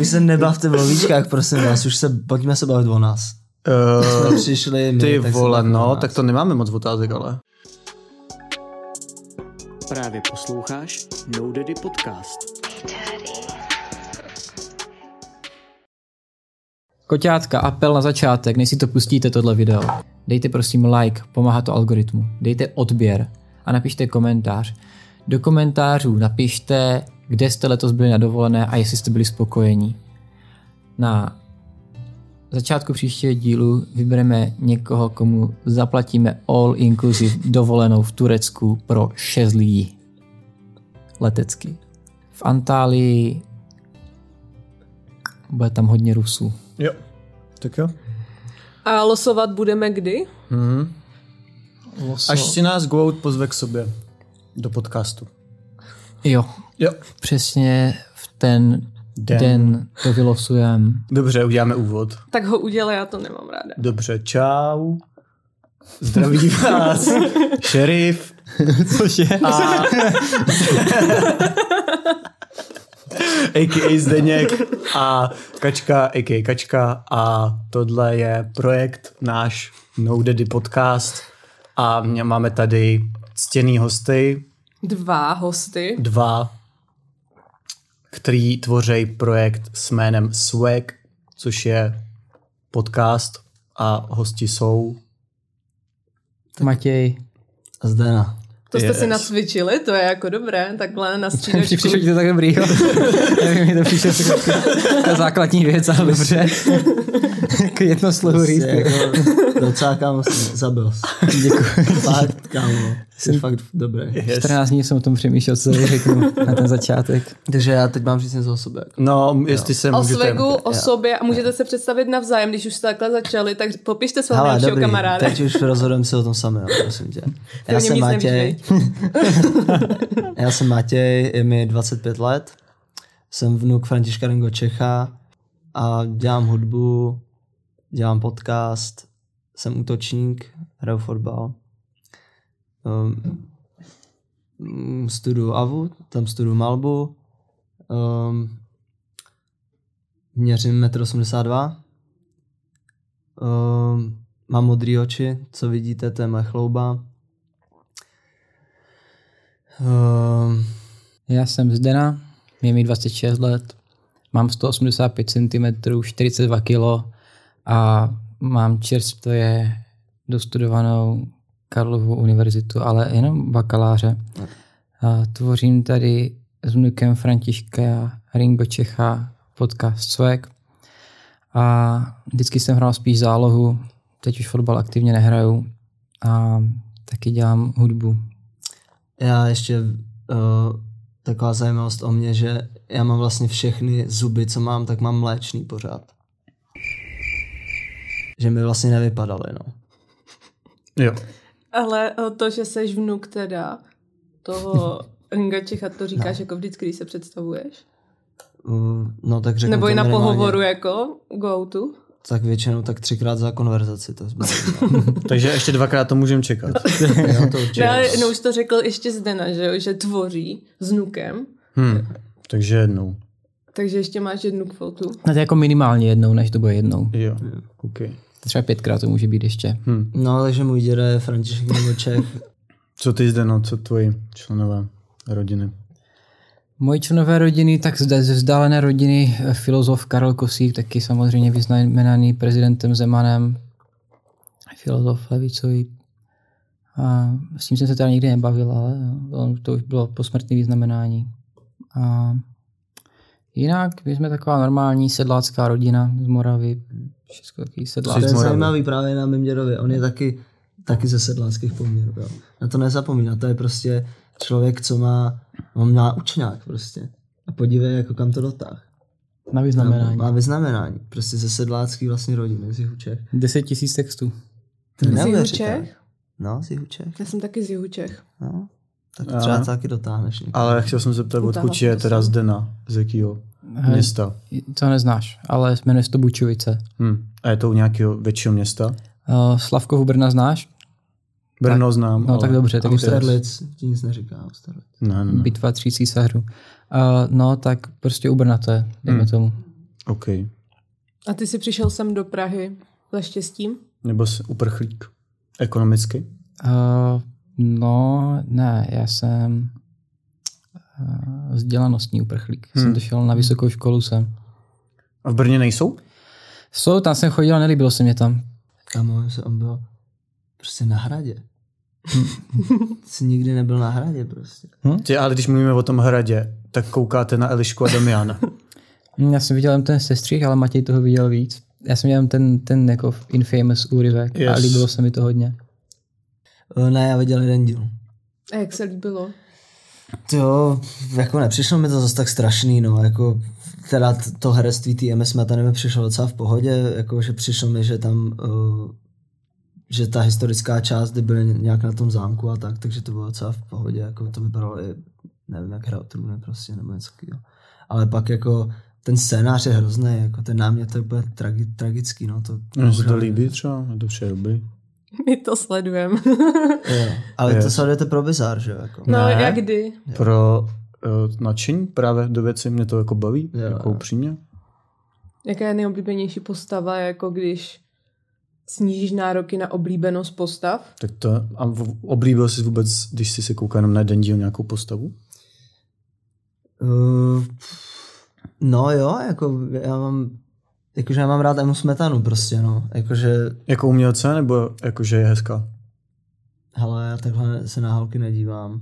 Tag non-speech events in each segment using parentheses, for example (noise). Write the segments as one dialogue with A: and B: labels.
A: Vy se nebavte o víčkách, prosím vás, už se, pojďme se bavit o nás.
B: Uh,
A: Jsme přišli my,
B: ty
A: tak se
B: vole,
A: bavme o
B: no,
A: nás.
B: tak to nemáme moc otázek, ale.
C: Právě posloucháš No Daddy Podcast.
D: Koťátka, apel na začátek, než si to pustíte tohle video. Dejte prosím like, pomáhá to algoritmu. Dejte odběr a napište komentář. Do komentářů napište, kde jste letos byli na dovolené a jestli jste byli spokojení. Na začátku příštího dílu vybereme někoho, komu zaplatíme all inclusive dovolenou v Turecku pro 6 lidí. Letecky. V Antálii bude tam hodně Rusů.
B: Jo. Tak jo.
E: A losovat budeme kdy?
B: Až si nás Goat pozve k sobě. Do podcastu.
D: Jo,
B: Jo.
D: přesně v ten
B: Den.
D: den, den to vylosujem.
B: Dobře, uděláme úvod.
E: Tak ho udělej, já to nemám ráda.
B: Dobře, čau. Zdraví vás. Šerif. Cože? A... a.k.a. Zdeněk a Kačka, a.k.a. Kačka a tohle je projekt náš No Daddy podcast a mě- máme tady ctěný hosty,
E: Dva hosty.
B: dva, který tvoří projekt s jménem Swag, což je podcast a hosti jsou
D: Matěj,
A: Zdena.
E: To jste si
B: Yes.
E: nacvičili, to je jako dobré,
A: (laughs)
E: takhle na
D: ti
E: střídačku.
D: přišlo ti to tak dobrý, (laughs) jo? Nevím, mi to přišlo jako ta základní věc, ale dobře. (laughs) Jako jedno slovo
A: Prostě
D: říct.
A: jako, docela kámo, jsi- zabil
B: (laughs)
A: jsi. Děkuji. Fakt, kámo, jsi fakt dobrý.
D: 14 dní jsem o tom přemýšlel, co tady řeknu na ten začátek.
A: Takže já teď mám říct něco o sobě. jako.
B: No, jestli se
E: O
B: můžete...
E: svegu, o sobě a můžete se představit navzájem, když už jste takhle začali, tak popište svého
A: Hele,
E: nejlepšího
A: dobrý,
E: kamaráda.
A: teď už rozhodujeme se o tom sami, jo, prosím tě. Já
E: o něm
A: jsem
E: nic
A: Matěj. (laughs) já jsem Matěj, je mi 25 let, jsem vnuk Františka Ringo Čecha a dělám hudbu, dělám podcast, jsem útočník, hraju fotbal. Um, mm, studuju AVU, tam studuju malbu, um, měřím 1,82 m, Um, mám modré oči, co vidíte, to je moje chlouba. Um,
D: Já jsem Zdena, je mi 26 let, mám 185 cm, 42 kg a mám čerstvě dostudovanou Karlovu univerzitu, ale jenom bakaláře. A tvořím tady s vnukem Františka Ringo Čecha podcast Svek a vždycky jsem hrál spíš zálohu, teď už fotbal aktivně nehraju a taky dělám hudbu.
A: já ještě uh, taková zajímavost o mě, že já mám vlastně všechny zuby, co mám, tak mám mléčný pořád. Že mi vlastně nevypadaly, no.
B: Jo.
E: Ale eh, to, že seš vnuk teda
A: (laughs)
E: toho Ringa Čecha, to
A: No.
E: říkáš jako vždycky, když se představuješ?
A: Uh, no tak řeknu
E: Nebo
A: to
E: i na
A: minimálně.
E: pohovoru jako go to?
A: Tak většinou tak třikrát za konverzaci to zbavím.
E: (laughs)
B: Takže ještě dvakrát to můžeme čekat.
A: jo, to určitě.
E: No, ale- no už to řekl ještě Zdena, že, jo, že tvoří s vnukem,
B: Hmm. Takže jednou.
E: takže ještě máš jednu kvotu.
D: No to je jako minimálně jednou, než to bude jednou.
B: Jo. Okay.
D: Třeba pětkrát to může být ještě.
A: No, takže můj děda je František nebo Čech.
B: Co ty zde, no, co tvoji členové rodiny?
D: Moji členové rodiny, tak zde ze vzdálené rodiny, eh, filozof Karel Kosík, taky samozřejmě vyznamenaný prezidentem Zemanem, filozof levicový. A s tím jsem se teda nikdy nebavil, ale jo, to už bylo posmrtné vyznamenání. A jinak, my jsme taková normální sedlácká rodina z Moravy, všechno takový sedlá.
A: To je
B: Moravy.
A: zajímavý právě na mém dědovi. On je taky, taky ze sedláckých poměrů. Jo. Na to nezapomíná. To je prostě člověk, co má, on má učňák prostě. A podívej, jako kam to dotáh. Má,
D: Na vyznamenání.
A: má vyznamenání. Prostě ze sedlácký vlastně rodiny, z Jihučech.
D: 10 tisíc textů.
A: To je
E: Z
A: neuvěřitelné.
E: Jihučech?
A: No, z Jihučech.
E: Já jsem taky z Jihučech.
A: No. Tak třeba to taky dotáhneš. někam.
B: Ale chtěl jsem se zeptat,
E: Utáhla
B: odkud je
E: jsem to
D: prostě.
B: teda Zdena, z jakého města?
D: To neznáš, ale jmenuje se to Bučovice.
B: Hmm. A je to u nějakého většího města?
D: Uh, Slavkovu Brna znáš?
B: Brno znám,
D: No
B: ale...
D: tak dobře, tak už to je
A: Austerlitz, ti nic neříká Austerlitz.
B: Ne, ne, ne.
D: Eh, bitva tří císařů. Uh, no tak prostě u Brna to je, dejme tomu.
B: OK.
E: A ty jsi přišel sem do Prahy za štěstím?
B: Nebo jsi uprchlík ekonomicky?
D: Uh, no, ne, já jsem uh, vzdělanostní uprchlík. Hmm. Jsem došel na vysokou školu sem.
B: A v Brně nejsou?
D: Jsou, tam jsem chodil, nelíbilo se mě tam.
A: Kámo, já jsem byl prostě na hradě. Hm. (laughs) Jsi nikdy nebyl na hradě prostě.
B: Tě, ale když mluvíme o tom hradě, tak koukáte na Elišku a Damiana.
D: Hm, Já jsem viděl jen ten sestřih, ale Matěj toho viděl víc. Já jsem viděl jen ten, ten jako infamous úryvek yes. a
B: Yes.
D: líbilo se mi to hodně.
A: Eh, Ne, já viděl jeden díl.
E: A jak se líbilo?
A: Jo, jako nepřišlo mi to zase tak strašný, no, jako teda t- to herectví té MS Metany mi přišlo docela v pohodě, jako že přišlo mi, že tam, uh, že ta historická část, kdy byly nějak na tom zámku a tak, takže to bylo docela v pohodě, jako to vypadalo i, nevím, jak hra o trůny prostě, nebo něco takového. Ale pak jako ten scénář je hrozný, jako ten námět je úplně tragi, tragický, no, to...
B: Mně se to líbí třeba, je to vše dobrý.
E: (laughs) My to sledujeme.
A: Jo, ale
B: Jo.
A: to sledujete pro bizar, že jo, jako.
E: (laughs) no,
B: Ne.
E: jak kdy?
B: Pro
D: eh,
B: uh, nadšení právě do věci mě to jako baví,
A: Jo,
B: jako
A: jo.
B: upřímně.
E: Jaká je nejoblíbenější postava, jako když snížíš nároky na oblíbenost postav?
B: Tak to, a v- oblíbil jsi vůbec, když jsi se koukal jenom na jeden díl nějakou postavu?
A: Uh, no jo, jako já mám, jakože já mám rád Emu Smetanu prostě, no. Jakože,
B: Jako umělce, nebo jakože je hezká?
A: hele, já takhle se na holky nedívám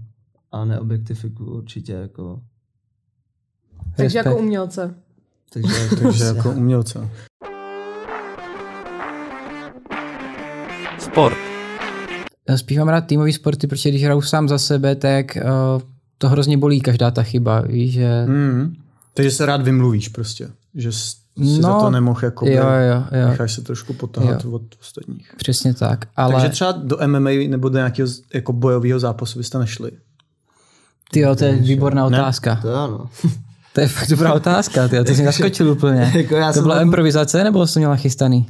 A: a neobjektifikuju určitě, jako.
E: Takže jako
D: Respekt.
E: umělce.
A: Takže,
D: Prostě.
B: Takže jako umělce.
C: Sport.
D: Zpívám rád týmový sporty, protože když hraju sám za sebe, tak uh, to hrozně bolí každá ta chyba, víš, že...
B: Mm. Takže se rád vymluvíš prostě, že jsi no, za
D: No,
B: to nemohl jako
D: Jo, jo, jo,
B: necháš se trošku potáhat jo. od ostatních.
D: přesně tak, ale...
B: Ale... Takže třeba do MMA nebo do nějakého z- jako bojového zápasu byste nešli.
D: Tyjo, to je výborná otázka.
A: (laughs) To jo, no.
D: To je fakt dobrá otázka, tyjo, to jsem zaskočil úplně.
A: jako já
D: To
A: jsem
D: byla
A: byl...
D: improvizace, nebo jsi měla chystaný?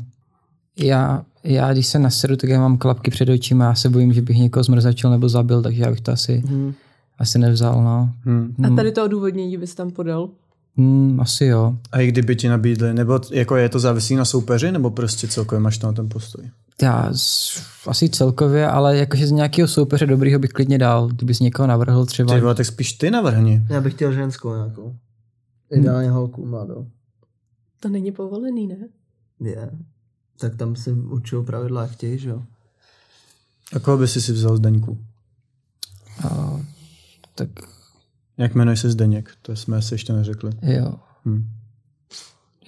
D: Já, já když se nasedu, tak já mám klapky před očima a se bojím, že bych někoho zmrzačil nebo zabil, takže já bych to asi, hmm.
A: Mhm.
D: asi nevzal, no.
B: Hmm.
E: A tady to odůvodnění bys tam podal?
D: Hmm, asi jo.
B: A i kdyby ti nabídli, nebo t- jako je to závisí na soupeři, nebo prostě celkově máš na ten postoj.
D: Já s- asi celkově, ale jakože z nějakého soupeře dobrýho bych klidně dal, kdybys někoho navrhl třeba.
B: Ty vole, tak spíš ty navrhni.
A: Já bych chtěl ženskou nějakou. Ideálně holku, mladou.
E: To není povolený, ne?
A: Je. Yeah. Tak tam si určují pravidla, jak chtějí, že jo.
B: A koho by si si vzal Zdeňku?
D: A, tak
B: Jak jmenuje se Zdeněk? To jsme si ještě neřekli.
D: jo.
B: Hmm.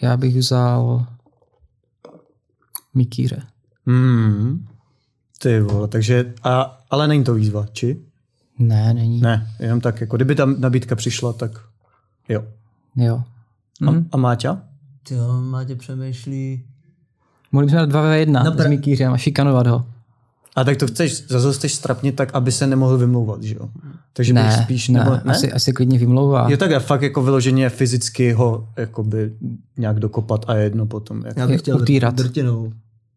D: Já bych vzal Mikíře.
B: Hmm. Ty vole, takže, a, ale není to výzva, či?
D: Ne, není.
B: Ne, jenom tak, jako kdyby tam nabídka přišla, tak jo.
D: Jo.
B: A,
D: Hm?
B: a Máťa?
A: Ty jo, Mátě přemýšlí.
D: Mohli bychom dát 2 v 1
A: No
D: s
A: pr-
D: Mikýřem a šikanovat ho.
B: A tak to chceš, zase chceš strapnit tak, aby se nemohl vymlouvat, že jo? Takže ne,
D: Ne,
B: spíš,
D: ne,
B: nebo,
D: ne, asi, asi klidně vymlouvá.
B: Jo takhle, fakt jako vyloženě fyzicky ho jakoby nějak dokopat a jedno potom. Jako.
A: Já bych
D: Je
A: chtěl
D: utírat.
A: drtinou.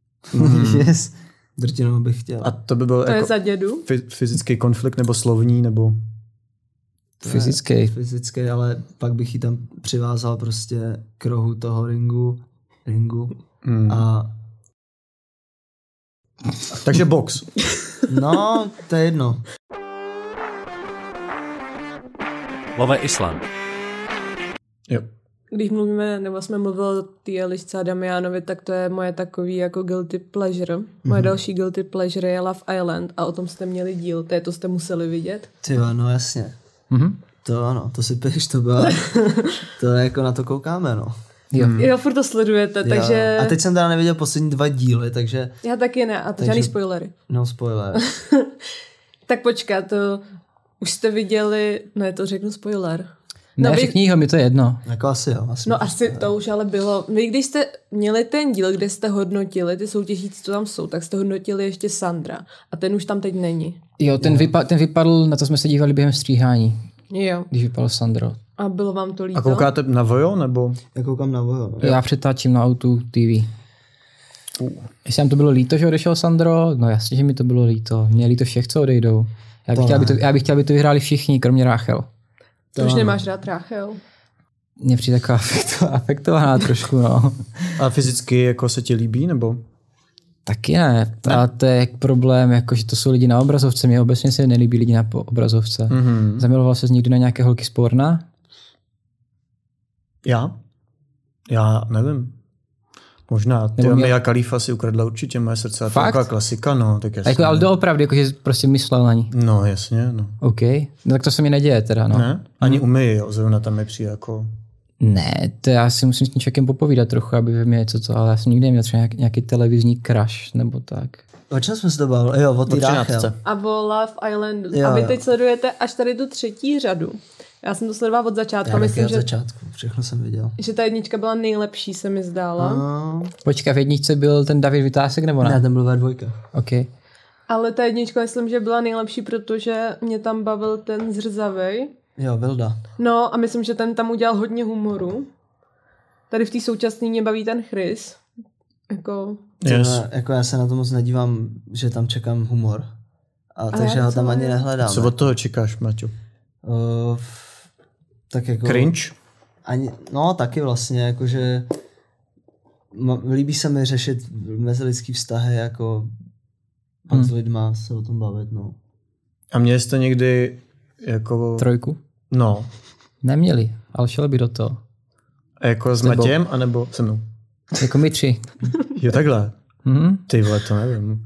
A: (laughs) yes. Drtinou bych chtěl.
B: A to by byl
E: To je
B: jako
E: za dědu?
B: fy, fyzický konflikt nebo slovní, nebo...
D: Fyzický.
A: fyzické, ale pak bych ji tam přivázal prostě k rohu toho ringu, ringu
B: Mm. A...
A: a
B: Takže box.
A: no, to je jedno.
C: Love Island.
B: Jo.
E: Když mluvíme, nebo jsme mluvili o té Elišce a Damianovi, tak to je moje takový jako guilty pleasure. Moje mm-hmm. další guilty pleasure je Love Island a o tom jste měli díl, to, je, to jste museli vidět.
A: Ty jo, no jasně.
D: Mhm.
A: To ano, to si píš, to bylo, to je jako na to koukáme, no.
D: Jo.
E: Mm. Jo, furt to sledujete,
A: Jo,
E: takže...
A: no. A teď jsem teda neviděl poslední dva díly, takže
E: Já taky ne, a to žádný spoilery.
A: no spoiler.
E: Tak počkat, to už jste viděli, ne, to řeknu spoiler.
D: Ne,
E: No, vy-
D: všichni ho, mi to je jedno.
A: jako asi jo, asi.
E: No asi to už ale bylo. Vy když jste měli ten díl, kde jste hodnotili ty soutěžící, co tam jsou, tak jste hodnotili ještě Sandra. A ten už tam teď není.
D: Jo, ten, vypa- ten vypadl, na to jsme se dívali během stříhání,
E: Jo.
D: když vypadl Sandro.
E: A bylo vám to líto?
B: A koukáte na vojo, nebo...
A: Já koukám na vojo, no.
D: Já přetáčím na autu TV. Jestli nám to bylo líto, že odešel Sandro, no jasně, že mi to bylo líto. Mě je líto všech, co odejdou. Já bych, chtěl, aby to, já bych chtěl, aby to vyhráli všichni, kromě Rachel.
E: to už nemáš rád Rachel.
D: Mně přijde taková (laughs) afekto- afektovaná trošku, no.
B: A fyzicky jako se ti líbí, nebo?
D: Taky ne. A to je jak problém, jako, že to jsou lidi na obrazovce. Mně obecně se nelíbí lidi na po- obrazovce.
B: Mm.
D: Mm-hmm. Zamiloval se někdy na nějaké holky z porna?
B: Já? Já nevím. Možná. Ty
D: Nebo
B: mě...
D: mě-
B: Mia Khalifa si ukradla určitě moje srdce. A to je
D: Fakt?
B: taková klasika, no. Tak
D: A
B: jasně.
D: jako, ale doopravdy, jako, že prostě myslel na ní.
B: No, jasně, no.
D: OK. No, tak to se mi neděje teda, no.
B: Ne? Ani umyj, jo, zrovna tam je přijde jako...
D: Ne, to já si musím s tím člověkem popovídat trochu, aby ve mě něco to, ale já jsem nikdy neměl třeba nějak, nějaký televizní crash nebo tak.
A: O čem jsme se to bavili? Jo, o
B: Do
A: té Rachel.
B: 13.
E: A o Love Islandu.
A: Jo,
E: a vy
A: jo.
E: teď sledujete až tady tu třetí řadu. Já jsem to sledovala od začátku.
A: Já
E: a
A: taky
E: Myslím,
A: od
E: že,
A: začátku, všechno jsem viděl.
E: že ta jednička byla nejlepší, se mi zdála.
A: No,
D: Počkej, v jedničce byl ten David Vytásek nebo ne?
A: ne, ten byl ve dvojkách.
D: OK.
E: Ale ta jednička, myslím, že byla nejlepší, protože mě tam bavil ten zrzavej.
A: Jo, Vilda.
E: No a myslím, že ten tam udělal hodně humoru. Tady v té současné mě baví ten Chris. Jako,
B: Yes.
A: Tyhle, Jako já se na to moc nedívám, že tam čekám humor. A takže
E: já
A: ho tam
E: docela
A: ani
E: jo.
A: nehledám.
B: Co od toho čekáš, Maťo?
D: No.
A: Uh, f- tak jako...
B: Cringe?
A: Ani, no taky vlastně, jakože ma- líbí se mi řešit mezilidský vztahy, jako pak
B: Hmm.
A: s lidma se o tom bavit, no.
B: A měli jste někdy jako...
D: Trojku?
B: No.
D: Neměli, ale šel by do toho.
B: Jako s
D: tebou.
B: Matějem, anebo se mnou?
D: Jako my tři.
B: Jo, takhle.
D: Mhm.
B: Ty vole, to nevím.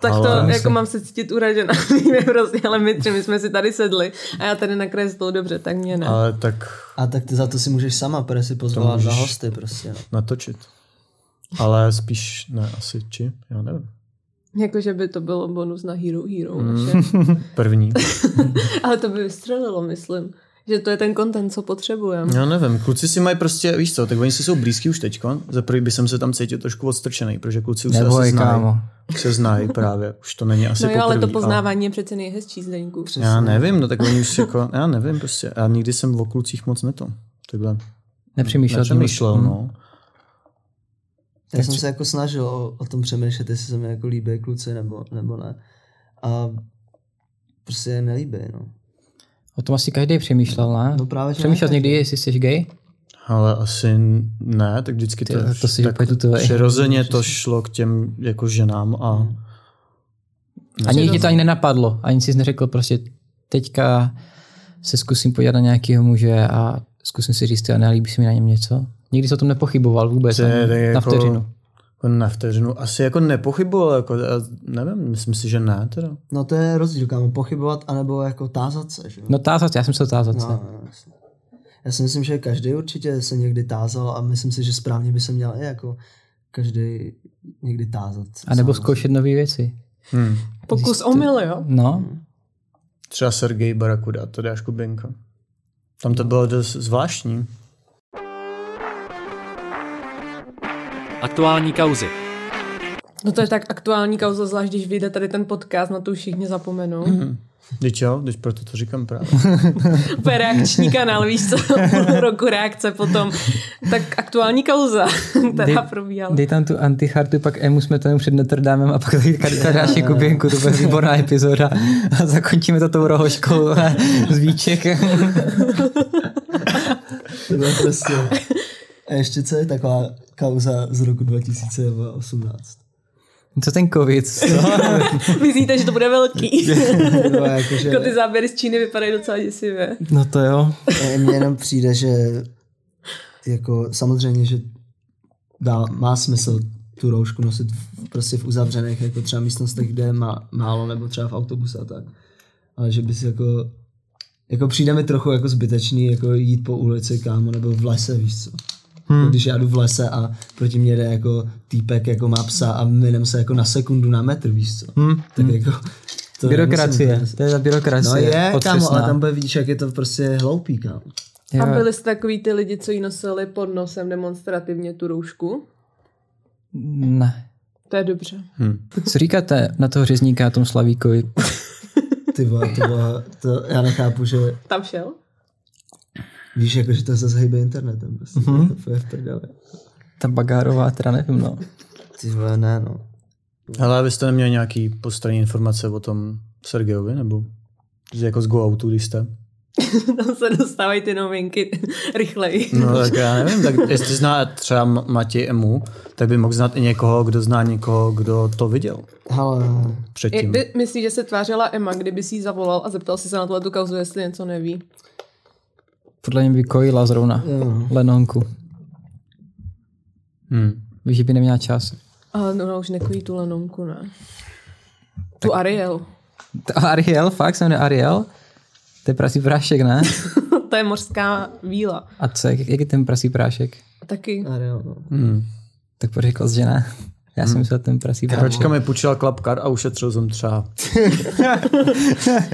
E: tak to
B: Ale-
E: ale jako
D: myslím.
E: mám se cítit (laughs) uražena. Víme prostě, ale my tři, my jsme si tady sedli a já tady nakreslil dobře, tak mě ne.
B: Ale tak
A: A tak ty za to si můžeš sama, protože si pozvala
B: můžeš.
A: dva hosty prostě. No.
B: natočit. Ale spíš ne, asi či? Já nevím.
E: Jakože Jako, by to bylo bonus na Hero Hero. Mm.
B: (laughs)
E: (laughs)
B: První.
E: Ale to by vystřelilo, myslím. Že to je ten content, co potřebujeme.
B: Já nevím, kluci si mají prostě, víš co, tak oni si jsou blízký už teďkon. Za prvý by jsem se tam cítil trošku odstrčený, protože kluci už se
D: Neboj,
B: asi znají.
D: kámo.
B: Už se znají právě, už to není asi
E: No jo, ale
B: poprvý,
E: to poznávání je přece nejhezčí z deníku.
B: Já nevím, no tak oni už jako, já nevím prostě, já nikdy jsem o klucích moc neto. Takhle
D: Nepřemýšlel. Mhm. tím.
B: nepřemýšlel, no.
A: Já jsem se jako snažil o, o tom přemýšlet, jestli se mi jako líbí kluci nebo, nebo ne. A prostě je nelíbí, no.
D: O tom asi každý přemýšlel, ne?
A: No právě, že
D: přemýšlel
A: ne,
D: jsi někdy, jestli jsi gay?
B: Ale asi ne, tak vždycky to,
D: Ty, to si úplně tutovej.
B: přirozeně to šlo k těm jako ženám a
D: Ani ti to ani nenapadlo, ani jsi neřekl prostě teďka se zkusím podívat na nějakého muže a zkusím si říct, a nelíbí se mi na něm něco. Nikdy jsi o tom nepochyboval vůbec,
B: To je
D: ani
B: tak
D: na
B: jako-
D: vteřinu.
B: jako na vteřinu asi jako nepochyboval, jako, já nevím, myslím si, že ne teda.
A: No to je rozdíl, kámo, pochybovat anebo jako tázat se, že jo?
D: No tázat, já jsem se tázat.
A: No,
D: No.
A: no, jasně. Já si myslím, že každý určitě se někdy tázal a myslím si, že správně by se měl i jako každý někdy tázat.
D: A nebo
A: sám.
D: zkoušet nové věci.
B: Hmm.
E: Pokus omyl, jo?
D: No,
A: Hmm.
B: Třeba Sergej Barakuda, to dáš Kubinka. Tam to bylo dost zvláštní.
C: Aktuální kauzy.
E: No to je tak aktuální kauza, zvlášť když vyjde tady ten podcast, na to už všichni zapomenou.
D: Mhm.
E: Mm-hmm.
B: Teď jo, teď proto to říkám právě.
D: (laughs)
E: Úplně reakční kanál, víš co, půl roku reakce potom. Tak aktuální kauza, (laughs) která
D: Dej-
E: probíhala.
D: dej tam tu antichartu, pak Emu jsme tam před Notre Damem a pak tady karta (laughs) dáš i Kuběnku, to bude výborná epizoda a zakončíme to tou rohoškou (laughs) a zvíček.
A: To bylo prostě. A ještě co je taková kauza z roku 2018?
D: Co ten covid? Co?
E: Myslíte, že to
D: (laughs)
E: bude velký?
A: No, jakože,
E: jako ty záběry z Číny vypadají docela děsivě.
D: No to jo.
A: eh, mně jenom přijde, že jako samozřejmě, že dá, má smysl tu roušku nosit v, prostě v uzavřených jako třeba místnostech, kde je má, málo nebo třeba v autobuse a tak. Ale že bys jako jako přijde mi trochu jako zbytečný jako jít po ulici kámo nebo v lese, víš co. Hmm. Když já jdu v lese a proti mě jde jako týpek jako má psa a minem se jako na sekundu na metr, víš co. Hmm. Tak jako to
D: Byrokracie,
A: nemusím-
D: to je ta byrokracie.
A: No je, kámo, ale
D: otřesná.
A: tam bude vidíš, jak je to prostě hloupý, kámo.
D: Jo.
E: A byli jste takový ty lidi, co ji nosili pod nosem demonstrativně tu roušku?
D: Ne.
E: To je dobře.
B: Hmm.
D: Co říkáte na toho řezníka, tom Slavíkovi?
A: Ty vole, to, bylo, to já nechápu, že
E: Tam šel? (laughs)
A: víš, jako, že to zase hejbe internetem. Prostě, mm-hmm. to je v prdele.
D: Ta Bagárová, teda nevím, no.
A: Ty vole, ne, no.
B: Ale vy jste neměli nějaký postranní informace o tom Sergejovi, nebo z- jako z go outu, když jste?
E: Tam se dostávají ty novinky (laughs) rychleji.
B: No tak já nevím, tak jestli zná třeba M- Matěj Emu, tak by mohl znát i někoho, kdo zná někoho, kdo to viděl
A: Hele,
B: předtím.
E: Jak by, myslíš, že se tvářila Emma, kdyby si jí zavolal a zeptal si se na tuhle tu kauzu, jestli něco neví?
D: Podle mě by kojila zrovna
A: jo. no.
D: Lenonku.
B: Hmm.
D: Víš, že by neměla čas.
E: A no, no už nekojí tu lenonku, ne? Tu Ariel. (laughs)
D: Ta Ariel, fakt se jmenuje Ariel? To je prasí prášek, ne?
E: to je mořská víla.
D: A co, jak, jak je ten prasí prášek?
E: Taky.
A: Ariel, no.
B: Hmm.
D: Tak proč řekl, jsi, že ne? Já jsem myslel ten prasí prášek.
B: Hračka mi půjčila klapkar a ušetřil jsem třeba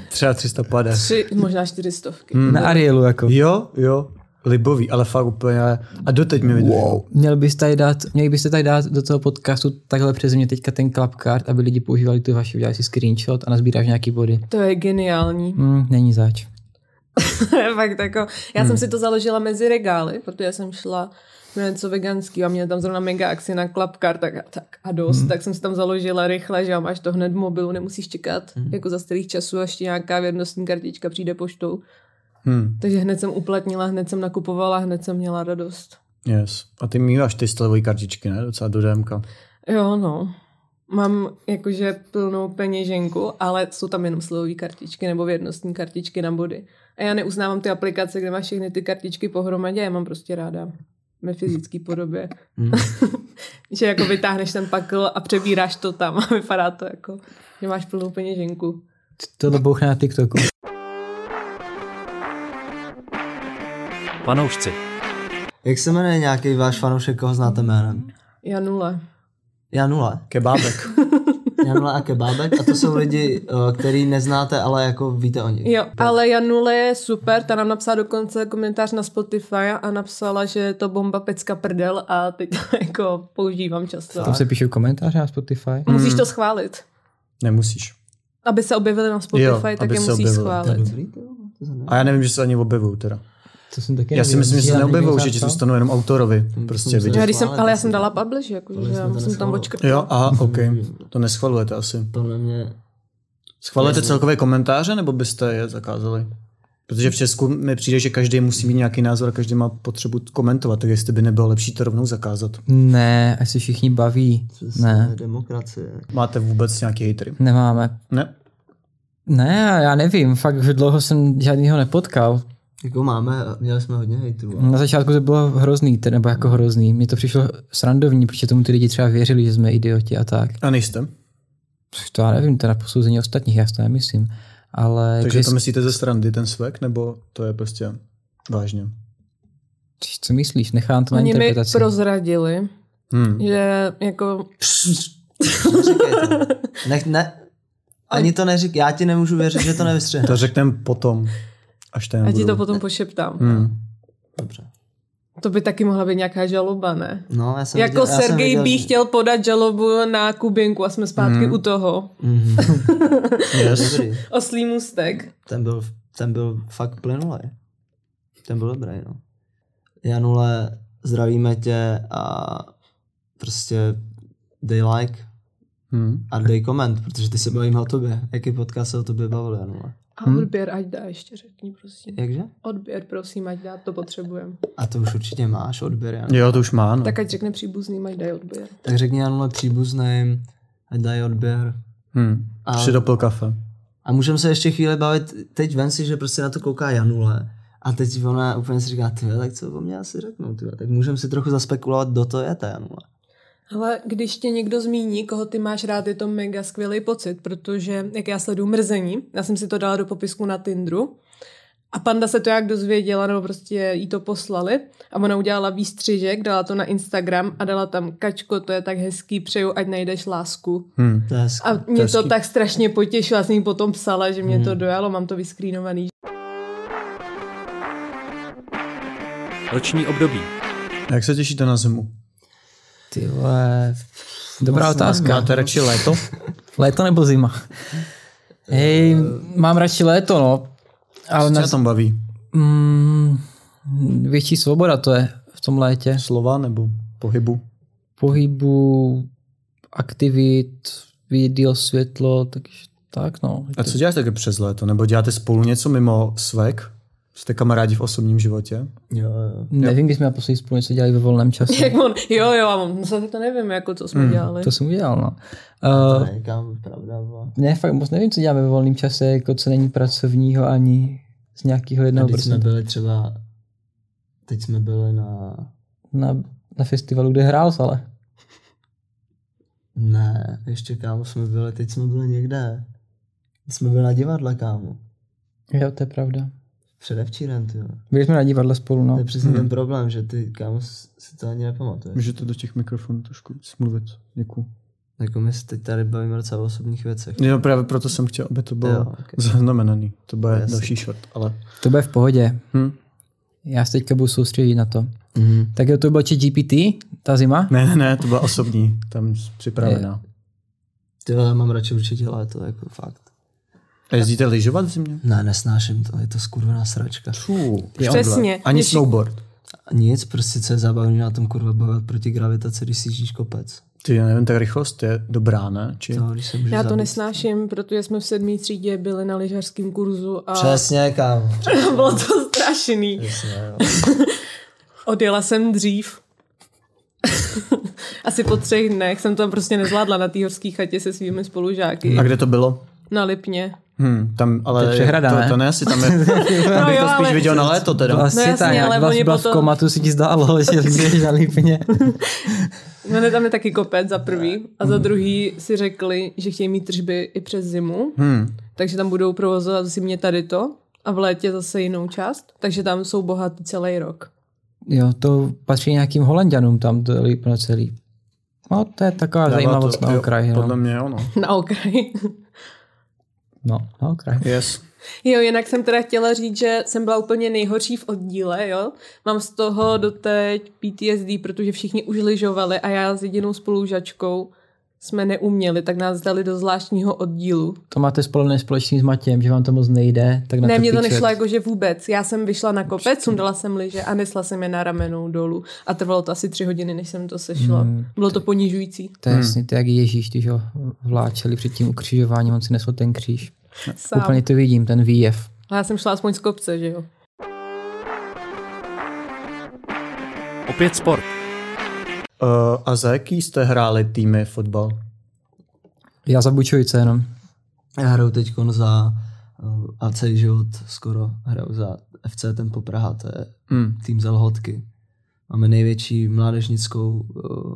B: třeba 350.
E: Tři, možná čtyři stovky.
D: Na Arielu jako.
B: Jo, jo, libový, ale fakt úplně. A doteď mi vydržel. Wow.
D: Měl bys tady dát, měli byste tady dát do toho podcastu takhle přes mě teďka ten klapkart, aby lidi používali tu vaši, udělali si screenshot a nazbíráš nějaký body.
E: To je geniální. (laughs)
D: Hmm, není zač.
E: To je fakt jako, já jsem si to založila mezi regály, protože jsem šla na něco veganský a měla tam zrovna mega akci na klapkar, tak, a- tak a dost, tak jsem si tam založila rychle, že jo, máš to hned v mobilu, nemusíš čekat jako za starých času, až ti nějaká věrnostní kartička přijde poštou.
B: Hmm.
E: Takže hned jsem uplatnila, hned jsem nakupovala, hned jsem měla radost.
B: Yes. A ty míváš ty slevový kartičky, ne? Docela do DMka.
E: Jo, no. Mám jakože plnou peněženku, ale jsou tam jenom slovové kartičky nebo vědnostní kartičky na body. A já neuznávám ty aplikace, kde máš všechny ty kartičky pohromadě, já je mám prostě ráda ve fyzické podobě. (laughs) že jako vytáhneš ten pakl a přebíráš to tam a vypadá to jako, že máš plnou peněženku.
D: Tohle bouchne na TikToku.
F: Fanoušci,
A: Jak se jmenuje nějaký váš fanoušek, koho znáte jménem?
E: Já nula.
A: Já nula. (laughs)
B: Kebábek.
A: Janula a kebábek a to jsou lidi, eh, který neznáte, ale jako víte o nich.
E: Jo, ale Janule je super, ta nám napsala dokonce komentář na Spotify a napsala, že je to bomba pecka prdel a teď to (laughs) jako používám často.
D: Tam se píšou komentáře na Spotify.
B: Hmm.
E: Musíš to schválit.
B: Nemusíš.
E: Aby se objevili na Spotify,
B: Jo,
E: tak
B: aby
E: je
B: se
E: musíš
B: objevili.
E: schválit.
A: Dobrý, to jo, to se ne-
B: A já nevím, že se ani objevují teda.
D: To jsem taky
B: Já si
D: nevěděl.
B: myslím, že se
D: Já nevím,
B: neobjevují,
D: jak
B: že ti
D: napsal.
B: zůstanou jenom autorovi. Prostě
A: myslím, že-
E: Já,
B: vidět.
E: když jsem,
A: schválit,
E: ale já
A: to
E: jsem
A: jsem-
E: dala publish, jako,
A: tohle
E: že
A: jsme
E: já
A: to
E: jsem tam
A: neschválili.
E: očkrtla.
B: Jo, aha, OK. To neschvalujete asi.
A: Podle mě
B: Schvalujete celkové komentáře, nebo byste je zakázali? Protože v Česku mi přijde, že každý musí mít nějaký názor a každý má potřebu komentovat, tak jestli by nebylo lepší to rovnou zakázat.
D: Ne, až se všichni baví.
A: přesně
D: Ne,
A: demokracie.
B: Máte vůbec nějaký hejtry?
D: nemáme.
B: Ne.
D: Ne, já nevím, fakt že dlouho jsem žádnýho nepotkal.
A: Jako máme, měli jsme hodně hejtrů. ale-
D: Na začátku to bylo hrozný, te- nebo jako hrozný. Mně to přišlo srandovní, protože tomu ty lidi třeba věřili, že jsme idioti a tak.
B: A nejste.
D: Což To já nevím, to je na posouzení ostatních, já si to nemyslím. Ale
B: Takže
D: když-
B: to myslíte ze srandy, ten svek, nebo to je prostě vážně?
D: co myslíš, nechám to na
E: Oni mi
D: interpretaci.
E: prozradili,
B: Hmm.
E: že jako,
A: Neříkej to.
E: (laughs)
A: Nech, ne, ani to neřík, já ti nemůžu věřit, že to
B: To
A: nevystřihneš.
B: řeknem potom, až ten
E: já ti
B: budu.
E: to potom pošeptám.
B: Hmm.
A: Dobře.
E: To by taky mohla být nějaká žaloba, ne?
A: No, já jsem
E: Jako
A: viděl, já jsem
E: Sergej
A: viděl,
E: by chtěl podat žalobu na Kubinku a jsme zpátky u toho.
A: (laughs) Mhm.
B: Yes.
A: Dobrý,
E: Oslý mustek.
A: ten byl, ten byl fakt plynulý. Ten byl dobrý, no. Janule, zdravíme tě a prostě dej like
B: Hmm.
A: a dej koment, protože ty se bavíme o tobě. Jaký podcast se o tobě bavil, Janule?
E: A odběr, ať dá, ještě řekni, prosím.
A: Jakže?
E: Odběr, prosím, ať dá, to potřebujeme.
A: A to už určitě máš odběr, Janule.
B: Jo, to už má, no.
E: Tak ať řekne příbuzným, ať dají odběr.
A: Tak řekni Janule příbuzným, ať dají odběr.
B: Hmm.
A: A-
B: Tři dopil kafe.
A: A můžeme se ještě chvíli bavit, teď ven si, že prostě na to kouká Janule. A teď ona úplně si říká, ty tak co o mě asi řeknou, ty tak můžeme si trochu zaspekulovat, kdo to je ta Janule.
E: Ale když tě někdo zmíní, koho ty máš rád, je to mega skvělý pocit, protože jak já sleduju mrzení, já jsem si to dala do popisku na Tindru a panda se to jak dozvěděla, nebo prostě jí to poslali a ona udělala výstřižek, dala to na Instagram a dala tam kačko, to je tak hezký, přeju, ať najdeš lásku.
B: Hmm.
A: To je hezký.
E: A mě to
B: hezký.
E: tak strašně potěšilo, já jsem jí potom psala, že mě to dojalo, mám to vyskrýnovaný.
F: roční období,
B: A Jak se těšíte na zimu?
D: Ty vole, dobrá
A: Moc
D: otázka.
B: Máte radši léto?
D: Léto nebo zima? Hej, mám radši léto, no. Ale
B: Co
D: na,
B: tě tam baví?
D: mm, větší svoboda to je v tom létě.
B: Slova nebo pohybu?
D: Pohybu, aktivit, video, světlo, takže tak no.
B: A co děláte taky přes léto? Nebo děláte spolu něco mimo svek? Jste kamarádi v osobním životě?
A: Jo, jo.
D: Nevím, když jsme poslední spolu něco dělali ve volném čase.
E: (laughs) Jak on, jo, jo, a on, no, to nevím, jako co jsme dělali.
D: To jsem udělal, no. Uh,
A: Ne, kámo, pravda, vole.
D: ne, fakt moc nevím, co děláme ve volném čase, jako co není pracovního ani z nějakého
A: A
D: jednoho
A: Když jsme
D: procenta.
A: byli třeba, teď jsme byli na,
D: Na, na festivalu, kde hrál, ale.
A: ne, ještě kámo jsme byli, teď jsme byli někde. Jsme byli na divadle, kámo.
D: Jo, to je pravda.
A: Předevčírem, ty jo.
D: Byli jsme na divadle spolu,
A: To
D: no.
A: je přesně ten problém, že ty, kámo, s- si to ani nepamatuješ.
B: Můžete do těch mikrofonů trošku smluvit. Děkuji.
A: Jako my se teď tady bavíme docela o osobních věcech.
B: Jo, právě proto jsem chtěl, aby to bylo
A: Jo,
B: jo,
A: ok.
B: okay. zaznamenaný. To bude
A: Jasně.
B: další shot, ale...
D: To bude v pohodě.
B: Hm?
D: Já se teďka budu soustředit na to.
A: Mhm.
D: Tak jo, to bylo či GPT, ta zima.
B: Ne, ne, ne, to byla osobní, tam jsi připravená.
A: Ty jo, já mám radši určitě léto, jako fakt.
B: A jezdíte lyžovat v zimě?
A: Ne, nesnáším to, je to skurvená sračka.
B: Čů,
E: Přesně.
B: Ani
E: Ježí-
B: snowboard.
A: A Nic, prostě co je zábavný na tom kurva bojovat proti gravitaci, když si žíš kopec.
B: Ty, já nevím, ta rychlost je dobrá, ne? Či...
A: No, když se můžeš
E: Já to
A: zabít.
E: nesnáším, protože jsme v sedmý třídě byli na lyžařském kurzu a
A: Přesně, kámo.
E: (laughs) bylo to strašný.
A: Přesně, jo.
E: (laughs) Odjela jsem dřív. (laughs) Asi po třech dnech jsem to prostě nezvládla na té horské chatě se svými spolužáky.
B: A kde to bylo?
E: Na Lipně.
B: Hm, tam, ale
D: To je přehrada,
B: to,
D: ne?
B: to ne, asi tam je, tam bych
E: jo,
B: to spíš
E: ale-
B: viděl na léto teda.
D: Vlastně
E: No jasně,
D: tak, jak
E: ale
D: vás
E: oni
D: byla v
E: potom-
D: komatu, si ti zdálo, (laughs) že jsi na lípně.
E: No ne, tam je taky kopec za prvý. A
B: Hmm.
E: za druhý si řekli, že chtějí mít tržby i přes zimu.
B: Hm,
E: Takže tam budou provozovat v zimě tady to a v létě zase jinou část. Takže tam jsou bohatí celý rok. (laughs)
D: Jo, to patří nějakým holanděnům tam, to lípno celý. No, to je taková
B: dává
D: zajímavost
B: to-
D: na
B: jo,
D: okraji. No.
B: Podle mě ono.
E: Na okraji.
D: no, na okraji.
B: Yes.
E: Jo, jinak jsem teda chtěla říct, že jsem byla úplně nejhorší v oddíle, jo. Mám z toho doteď PTSD, protože všichni už lyžovali a já s jedinou spolužačkou jsme neuměli, tak nás dali do zvláštního oddílu.
D: To máte společné společný s Matějem, že vám to moc nejde. Tak na
E: ne,
D: to
E: mě to
D: píčet.
E: nešlo jako- jakože vůbec. Já jsem vyšla na kopec, sundala jsem liže a nesla jsem je na ramenou dolů. A trvalo to asi tři hodiny, než jsem to sešla.
D: Hmm.
E: Bylo to ponižující.
D: To je jasný, to je jak Ježíš, když ho vláčeli před tím ukřižováním, on si nesl ten kříž.
E: Sám.
D: No, Úplně to vidím, ten výjev.
E: A já jsem šla aspoň z kopce, že jo.
F: Opět sport.
B: Uh, a za jaký jste hráli týmy fotbal?
D: Já za Bučovice jenom.
A: Já hraju teď za uh, AC Život, skoro hraju za FC Tempo Praha, to je
B: Hm.
A: tým z Lhotky. Máme největší mládežnickou uh,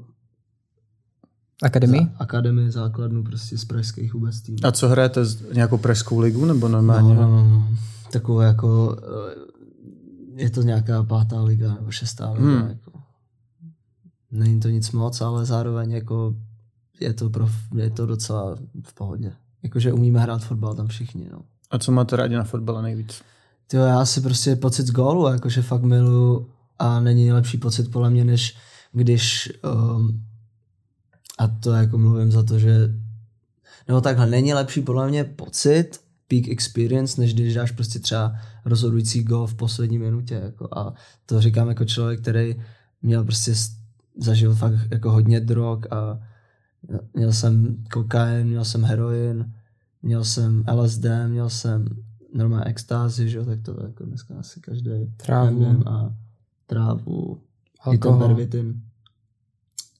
D: Akademii?
A: za- akademii základnu prostě z pražských vůbec týmů.
B: A co hrajete? Z nějakou pražskou ligu nebo normálně?
A: No, no, no, no. Takové jako, eh, je to nějaká pátá liga nebo šestá liga.
B: Hmm.
A: Hmm. Jako. Není to nic moc, ale zároveň jako je to, prof, je to docela v pohodě. Jakože umíme hrát fotbal tam všichni. No.
B: A co máte rádi na fotbale nejvíc?
A: Tyjo, já si prostě pocit z gólu, jakože fakt milu a není lepší pocit podle mě, než když um, a to jako mluvím za to, že nebo takhle, není lepší podle mě pocit peak experience, než když dáš prostě třeba rozhodující gol v poslední minutě. Jako, a to říkám jako člověk, který měl prostě s- zažil fakt jako hodně drog a měl jsem kokain, měl jsem heroin, měl jsem LSD, měl jsem normálně extázy, že jo, tak to jako dneska asi každý.
D: Trávu.
A: a trávu, i ten
D: Alkohol.
A: pervitin.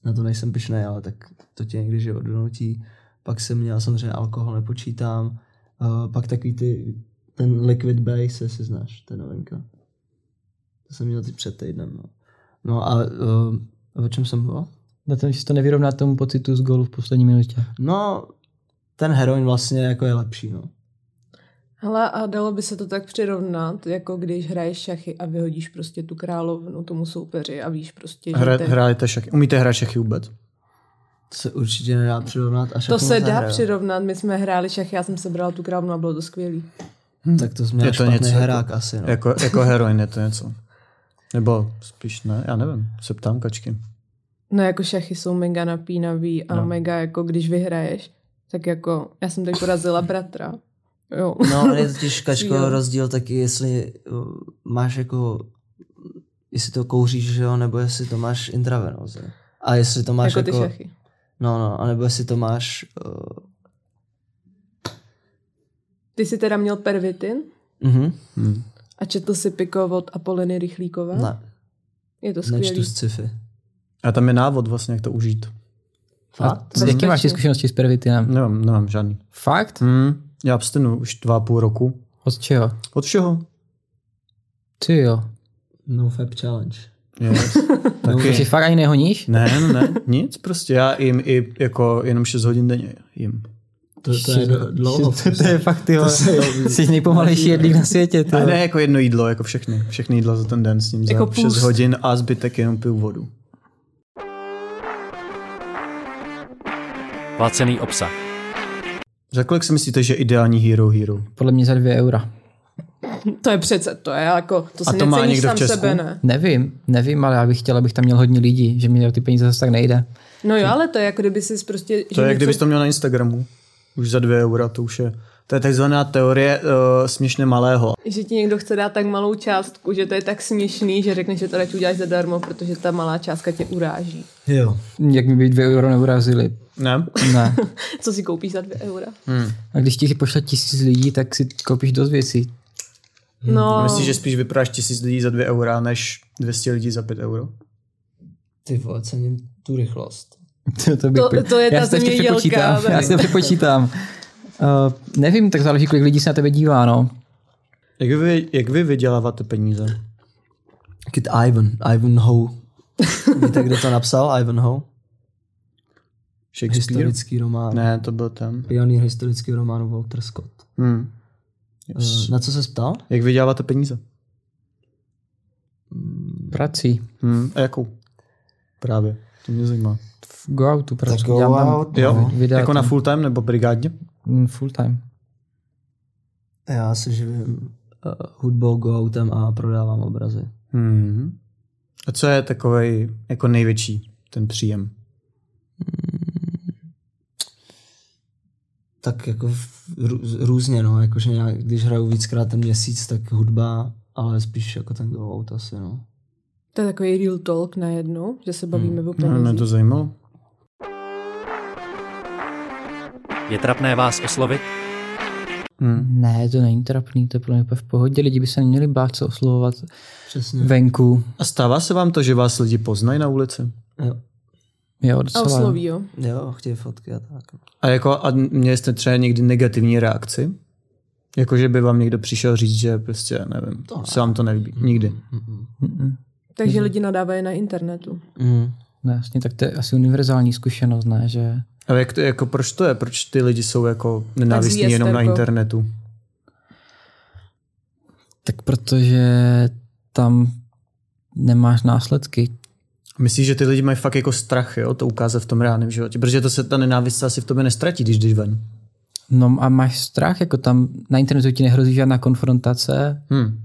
A: Na to nejsem pišnej, ale tak to tě někdy že odnutí. Pak jsem měl samozřejmě alkohol, nepočítám. Uh, pak takový ty, ten liquid base, jestli znáš, to je novinka. To jsem měl teď před týdnem, no. No a uh, o čem jsem mluvil?
D: Na tom, že se to nevyrovná tomu pocitu z gólu v poslední minutě.
A: No, ten heroin vlastně jako je lepší, no.
E: Hele, a dalo by se to tak přirovnat, jako když hraješ šachy a vyhodíš prostě tu královnu tomu soupeři a víš prostě, že
B: Hra,
E: ten-
B: hrajete šachy? Umíte hrát šachy vůbec?
A: To se určitě nedá přirovnat. jako A
E: To
A: šachy
E: se
A: moc
E: dá
B: no.
A: nehraju.
E: přirovnat, my jsme hráli šachy, já jsem sebrala tu královnu a bylo to skvělý.
A: Tak to jsme
B: Je to
A: špatný
B: něco jako-
A: herák asi, no.
B: Jako, jako heroin je to něco? Nebo spíš ne, já nevím, se ptám kačky.
E: No jako šachy jsou mega napínavý a
B: No.
E: no. mega jako když vyhraješ, tak jako já jsem teď porazila bratra. Jo.
A: No, ale je
E: (laughs)
A: totiž kačko
E: Jo.
A: rozdíl taky, jestli uh, máš jako, jestli to kouříš, že jo, nebo jestli to máš intravenóze. A jestli to máš
E: Jako
A: jako,
E: ty šachy.
A: no, no, anebo jestli to máš,
E: Ty jsi teda měl pervitin?
A: uh, uh-huh.
B: Hmm.
E: A četl si Piko od Apoleny Rychlíkové?
A: Ne,
E: Je to
A: nečtu
E: skvělý.
A: z sci-fi.
B: A tam je návod vlastně, jak to užít.
D: Fakt? S jaký
E: Bezpečně.
D: máš ty zkušenosti s pervitinem?
B: Nemám, nemám žádný.
D: Fakt?
B: Hmm. Já abstinu už dva a půl roku.
D: Od čeho?
B: Od všeho.
D: Ty jo.
A: No Fab Challenge.
B: Yes.
D: Ty si
B: Taky.
D: fakt ani nehoníš?
B: Ne, ne, ne, nic prostě. Já jim i jako jenom 6 hodin denně jim.
A: To, to je do-
E: (laughs)
A: dlouho.
D: (laughs) To je fakt, ty jo.
A: se jo-
D: Jsi nejpomalejší jedlík na světě, ty
B: A
D: jo.
B: ne jako jedno jídlo, jako všechny. Všechny jídla za ten den s ním
E: Jako
B: za 6
E: půst.
B: hodin a zbytek jenom piju vodu.
F: Placený obsah.
B: Za kolik si myslíte, že je ideální hero hero?
D: Podle mě za dvě eura.
E: To je přece, to je jako, to si
B: A to má
E: neceníš
B: někdo v
E: sám
B: Česku?
E: sebe, ne?
D: Nevím, nevím, ale já bych chtěl, abych tam měl hodně lidí, že mi o ty peníze zase tak nejde.
E: No jo, ale to je jako kdyby si prostě...
B: Hm. To je, kdybys to měl na Instagramu. Už za 2 eura, to už je. To je takzvaná teorie uh, směšně malého.
E: Že ti někdo chce dát tak malou částku, že to je tak směšný, že řekneš, že to radši uděláš zadarmo, protože ta malá částka tě uráží.
A: Jo.
D: Jak mi by dvě euro neurazili?
B: Ne?
D: Ne.
E: Co si koupíš za dvě eura?
D: A když ti pošle tisíc lidí, tak si koupíš dost věcí. (laughs)
E: No,
B: Hmm, Myslíš, že spíš vypráš tisíc lidí za 2 eura, než 200 lidí za 5 euro?
A: Ty vole, cením tu rychlost.
D: To, to, bych,
E: To- to je
D: já
E: ta
D: si to ještě
E: zemědělka,
D: přepočítám. Já si to přepočítám. Uh, nevím, tak záleží, kolik lidí se na tebe dívá, no.
B: Jak vy, jak vy vyděláváte peníze?
A: Kid Ivan,
E: (laughs)
A: Ivanhoe. Víte, kdo to napsal? Ivanhoe?
B: Shakespeare?
A: Historický román.
B: Ne, to byl ten.
A: Pionýr historického románu Walter Scott.
B: Hmm.
A: Eh, Na co se ptal?
B: Jak vyděláváte peníze?
D: Prací.
B: Hmm. A jakou? Právě. To mě zajímá.
D: V go outu prací.
A: Tak go
D: Dělám tam
A: out.
B: Jo?
A: No.
D: Vydá
B: jako
D: to.
B: na full time nebo brigádně?
D: mm, Full time.
A: Já se živím uh, hudbou, go-outem a prodávám obrazy.
B: Hmm. A co je takový jako největší ten příjem?
A: Tak jako v, rů, různě, no, jakože já, když hraju víckrát ten měsíc, tak hudba, ale spíš jako ten go-out asi, no.
E: to je takový real talk najednou, že se bavíme o
B: No, mě
E: penězích.
B: to zajímalo.
F: Je trapné vás oslovit?
B: Hmm.
D: Ne, to není trapný, to je podle mě úplně v pohodě. Lidi by se neměli bát se oslovovat
A: Přesně.
D: venku.
B: A stává se vám to, že vás lidi poznají na ulici?
A: Jo,
D: Jo,
E: A
D: docela.
E: osloví, jo.
A: jo chtějí fotky a tak. no.
B: A, jako, a měli jste třeba někdy negativní reakci? Jako, že by vám někdo přišel říct, že prostě, nevím, to se vám to nelíbí. Nikdy.
D: Mm-mm.
B: Hmm.
E: Takže lidi nadávají na internetu.
A: Mm.
D: Ne, No jasně, tak to je asi univerzální zkušenost, ne, že...
B: Ale jak to, jako, proč to je? Proč ty lidi jsou jako nenávistní
E: zvěst,
B: jenom na
E: jako.
B: internetu?
D: Tak protože tam nemáš následky.
B: Myslíš, že ty lidi mají fakt jako strach, jo, to ukázat v tom reálném životě? Protože to se ta nenávist se asi v tobě nestratí, když jdeš ven.
D: No a máš strach, jako tam na internetu ti nehrozí žádná konfrontace,
B: Hm.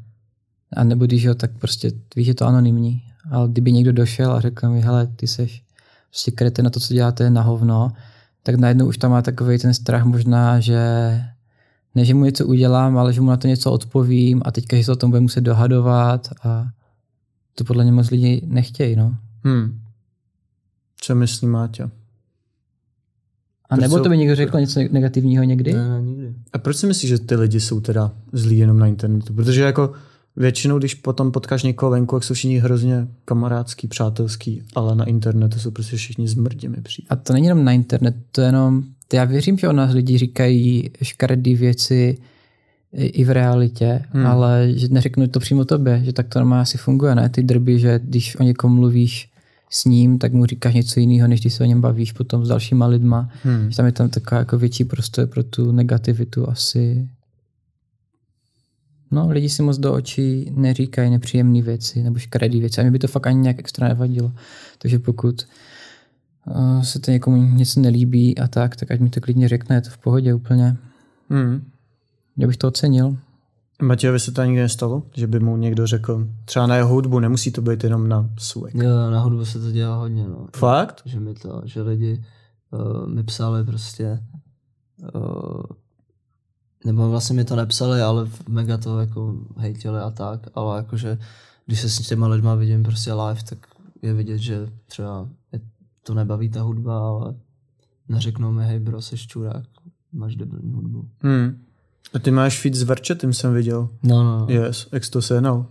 D: a nebo když jo, tak prostě víš, je to anonymní. Ale kdyby někdo došel a řekl mi, hele, ty seš prostě krete na to, co děláte, je na hovno, tak najednou už tam má takový ten strach možná, že ne, že mu něco udělám, ale že mu na to něco odpovím a teďka, že se o tom bude muset dohadovat a to podle mě moc lidi nechtějí, no.
B: Hm. Co myslí Máťa?
D: A
B: Proč
D: nebo
B: jsou-
D: to by někdo řekl něco negativního někdy?
A: Ne, ne, nikdy.
B: A proč si myslíš, že ty lidi jsou teda zlí jenom na internetu? Protože jako většinou, když potom potkáš někoho venku, jak jsou všichni hrozně kamarádský, přátelský, ale na internetu jsou prostě všichni zmrdě mi přijde.
D: A to není jenom na internet, to je jenom, já věřím, že o nás lidi říkají škaredý věci i- i v realitě,
B: Hmm.
D: hmm. ale že neřeknu to přímo tobě, že tak to normálně asi funguje, ne? Ty drby, že když o někom mluvíš s ním, tak mu říkáš něco jiného, než když se o něm bavíš potom s dalšíma lidma.
B: Hmm.
D: Že tam je tam taková jako větší prostor pro tu negativitu asi. No, lidi si moc do očí neříkají nepříjemné věci nebo škaredé věci. A mě by to fakt ani nějak extra nevadilo. Takže pokud uh, se to někomu něco nelíbí a tak, tak ať mi to klidně řekne, je to v pohodě úplně.
B: Hmm.
D: Já bych to ocenil.
B: Matějovi se to nikdy nestalo, že by mu někdo řekl, třeba na jeho hudbu, nemusí to být jenom na svůj.
A: Jo, na hudbu se to dělá hodně, no.
B: Fakt?
A: že mi to, že lidi uh, mi psali prostě, uh, nebo vlastně mi to nepsali, ale v- mega to jako hejtili a tak, ale jakože když se s těma lidma vidím prostě live, tak je vidět, že třeba je, to nebaví ta hudba, ale neřeknou mi, hej bro, seš čurák, máš debilní hudbu.
B: Hmm. A ty máš feed s Verčetem, jsem viděl.
A: No, no, no.
B: Yes, jak jsi to sehnal?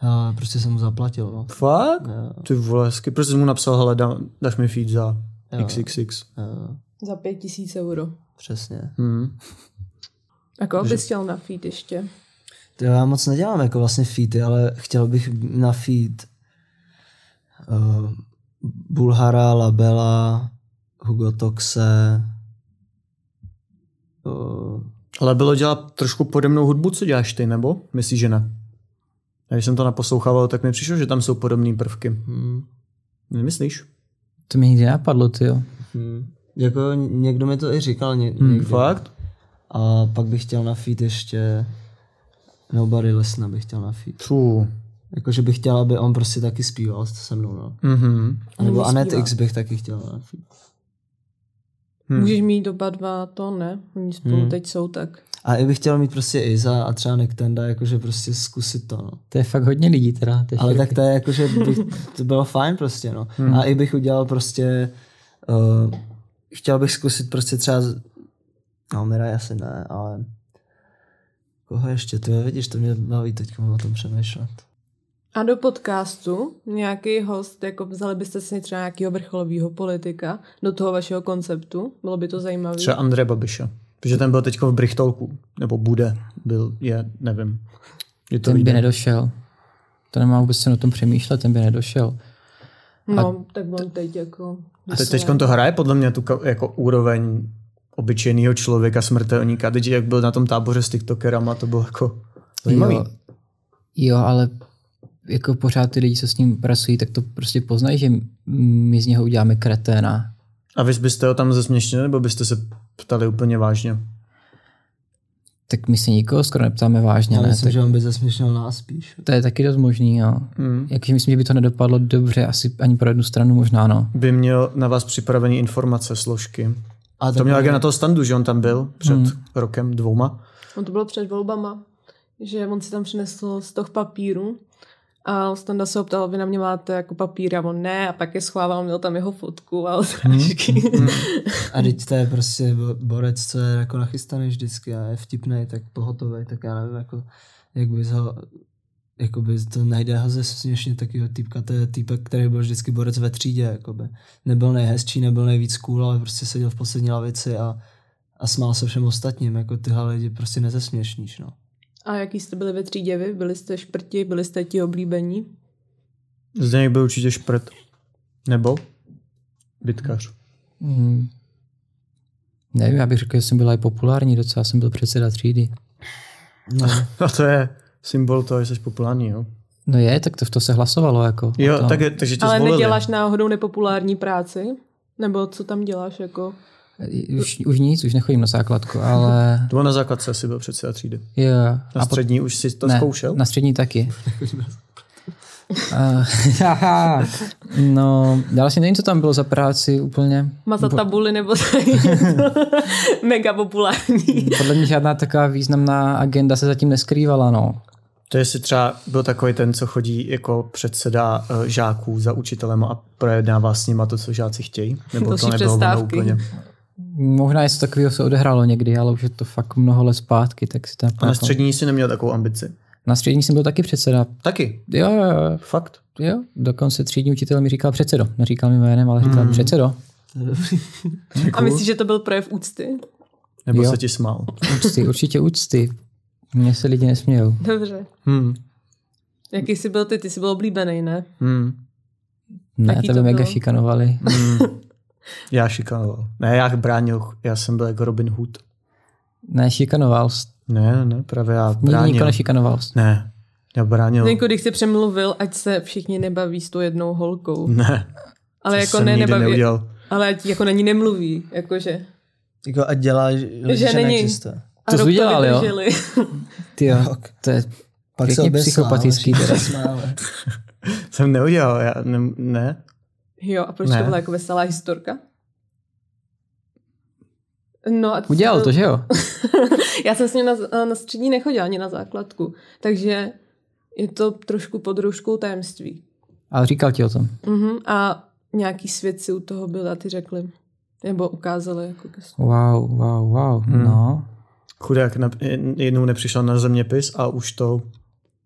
A: A prostě jsem mu zaplatil, no.
B: Fakt?
A: Jo.
B: Ty vole, hezky. Prostě jsem mu napsal, hele, dá, dáš mi feed za XXX.
A: Jo,
E: Za pět tisíc euro.
A: Eh, přesně.
B: Hmm.
E: A koho bys chtěl na feed ještě?
A: To já moc nedělám jako vlastně feedy, ale chtěl bych na feed uh, Bulhara, Labela, Hugo Toxe, uh,
B: Ale bylo dělat trošku podobnou hudbu, co děláš ty, nebo? Myslíš, že ne? A Když jsem to naposlouchával, tak mi přišlo, že tam jsou podobné prvky.
A: hm,
B: Nemyslíš?
D: To mě nikdy napadlo, ty jo.
A: hm. jako někdo mi to i říkal ně,
B: Hmm.
A: někdy.
B: Fakt?
A: A pak bych chtěl na feed ještě Nobody Lesna bych chtěl na feed.
B: Fů.
A: Jakože bych chtěl, aby on prostě taky zpíval se mnou, no.
B: Mhm.
A: A nebo
E: Umí
A: Anet
E: zpívat.
A: X bych taky chtěl na feed.
B: Hmm.
E: Hmm. Můžeš mít oba dva, to ne. Oni spolu
A: Hmm.
E: hmm. teď jsou tak.
A: A i bych chtěl mít prostě Iza a třeba Nektenda, jakože prostě zkusit to, no.
D: To je fakt hodně lidí teda. To je
A: Ale
D: široký.
A: tak to je jako, že bych, to bylo fajn prostě, no. Hmm. A i bych udělal prostě, uh, chtěl bych zkusit prostě třeba, z- no Miraj asi ne, ale koho ještě, ty jo, vidíš, to mě baví teď o tom přemýšlet.
E: A do podcastu nějaký host, jako vzali byste si třeba nějakého vrcholového politika do toho vašeho konceptu? Bylo by to zajímavé.
B: Třeba Andreje Babiše. Protože ten byl teďko v Brichtolku. Nebo bude. Byl, je, nevím. Je to
D: Ten by
B: vidět.
D: nedošel. To nemám vůbec se o tom přemýšlet, ten by nedošel.
E: No, a... tak on teď jako...
B: Te, teď to hraje podle mě tu ka- jako úroveň obyčejného člověka, smrtelníka. Teď jak byl na tom táboře s tiktokerama, to bylo jako zajímavý.
D: Jo, jo, ale jako pořád ty lidi, co s ním pracují, tak to prostě poznají, že my z něho uděláme kreténa.
B: A vy byste ho tam zesměšnili, nebo byste se ptali úplně vážně?
D: Tak my se nikoho skoro neptáme vážně,
A: Já
D: ne?
A: myslím,
D: tak
A: že on by zesměšnil nás spíš.
D: To je taky dost možný, jo.
B: Hmm.
D: Jakže myslím, že by to nedopadlo dobře, asi ani pro jednu stranu možná, no.
B: By měl na vás připravený informace, složky.
A: A
B: To měl jak na toho standu, že on tam byl před hmm. rokem, dvouma.
E: On to bylo před volbama, že on si tam přinesl z toho papíru a Standa se ho ptal, vy na mě máte jako papír a on ne a pak je schovával, měl tam jeho fotku a odrážky.
A: A teď to je prostě bo- borec, co je jako nachystaný vždycky a je vtipný, tak pohotový, tak já nevím, jako, jak bys ho, jako bys to najde ho ze směšně takového typka, to je týpek, který byl vždycky borec ve třídě, jakoby. Nebyl nejhezčí, nebyl nejvíc cool, ale prostě seděl v poslední lavici a, a smál se všem ostatním, jako tyhle lidi prostě nezesměšníš, no.
E: a jaký jste byli ve třídě vy? Byli jste šprti, byli jste ti oblíbení?
B: Zdeněk byl určitě šprt. Nebo? Bitkař.
D: Hmm. Nevím, já bych řekl, že jsem byl i populární docela, já jsem byl předseda třídy.
A: no.
B: (laughs) A to je symbol toho, že jsi populární, jo?
D: No je, tak to v to se hlasovalo, jako.
B: Jo,
D: O tom.
B: tak, je- takže tě
E: Ale
B: zvolili.
E: neděláš náhodou nepopulární práci? Nebo co tam děláš jako?
D: Už, už nic, už nechodím na
B: (laughs)
D: základku, ale...
B: To bylo na základce, asi byl předseda třídy.
D: Jo.
B: Na
D: A po-
B: střední už si to
D: ne,
B: zkoušel?
D: Na
B: (laughs)
D: střední taky. Eh, (laughs) haha. no, já vlastně nevím, co tam bylo za práci úplně.
E: Mazat tabuly nebo mega populární.
D: Podle mě žádná taková významná agenda se zatím neskrývala, no.
B: To jestli třeba byl takový ten, co chodí jako předseda eh, žáků za učitelem a projednává s nima to, co žáci chtějí? Nebo to
E: Další
B: nebylo ono
E: přestávky.
B: úplně?
D: Možná něco takového se odehrálo někdy, ale už je to fakt mnoho let zpátky, tak si tam... jako-
B: A na střední si neměl takovou ambici?
D: na střední jsem byl taky předseda.
B: Taky.
D: Jo, jo, jo.
B: Fakt.
D: Jo, dokonce třídní učitel mi říkal předsedo. Neříkal mi jménem, ale říkal
B: Hmm.
D: předsedo.
E: A myslíš, že to byl projev úcty?
B: Nebo
D: Jo.
B: se ti smál?
D: Úcty, určitě úcty. Mně se lidi nesmějou.
E: Dobře.
B: Hmm.
E: Jaký jsi byl ty? Ty jsi byl oblíbený, ne?
B: Hmm.
D: Ne,
E: Jaký
D: tebe
E: to
D: mega
E: bylo?
D: šikanovali.
B: hm.
E: (laughs)
B: Já šikanoval. Ne, já bránil. Já jsem byl jako Robin Hood.
D: Ne, šikanoval. jsi.
B: Ne, ne, právě já
D: Nikdy
B: bránil.
D: nikoho nešikanoval. jsi.
B: Ne, já bránil.
E: Jako když jsi přemluvil, ať se všichni nebaví s tou jednou holkou.
D: Mm,
B: Ne,
E: Ale
B: to
E: jako
B: jsem
E: ne,
B: nikdy
E: nebaví.
B: neudělal.
E: Ale ať jako na ní nemluví, jakože.
A: Jako a dělá, že, že
E: není.
A: neexistuje.
E: A
D: To jsi
E: rok
D: udělal, jo?
E: vydrželi. (laughs)
D: Ty jo, to je pěkně
A: (laughs)
D: psychopatický. Teda.
A: teda.
B: Jsem neudělal, já ne, ne.
E: Jo, a proč
B: Ne.
E: to byla jako veselá historka? No a ty jsi
D: Udělal
E: byl-
D: to, že jo?
E: Já jsem s ním na, na střední nechodila, ani na základku. Takže je to trošku pod rouškou tajemství.
D: Ale říkal ti o tom.
E: Mhm. A nějaký svědci u toho byli a ty řekli. Nebo ukázali. Jako,
D: Wow, wow, wow. No.
B: Chudák na, jednou nepřišel na zeměpis a už to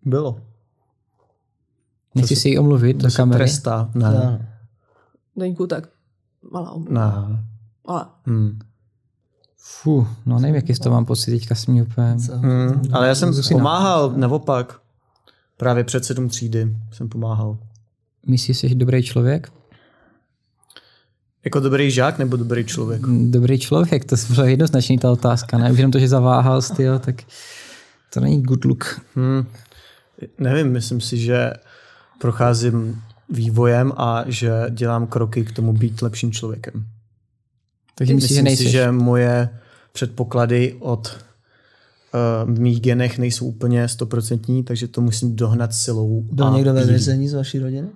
B: bylo.
D: Nechci si ji omluvit do
B: To se
D: kamery.
B: trestá.
E: No.
B: Ne,
E: Deňku, tak malá omluva.
B: ne.
E: Ale
B: Hmm.
D: Fú, no nevím, jaký z toho mám pocit, teďka s mě úplně...
B: Hmm. Ale já jsem pomáhal, naopak. Právě před sedm třídy jsem pomáhal.
D: Myslíš, že jsi dobrý člověk?
B: Jako dobrý žák nebo dobrý člověk?
D: Dobrý člověk, to byla jednoznačně ta otázka, ne? Už jenom to, že zaváhal, styl, tak to není good look.
B: Hmm. Nevím, myslím si, že procházím vývojem a že dělám kroky k tomu být lepším člověkem.
D: Takže myslíš,
B: Myslím
D: že nejsi.
B: si, že moje předpoklady od uh, mých genech nejsou úplně stoprocentní, takže to musím dohnat silou.
A: Byl
B: a
A: někdo ve
B: bílí.
A: vězení z vaší rodiny?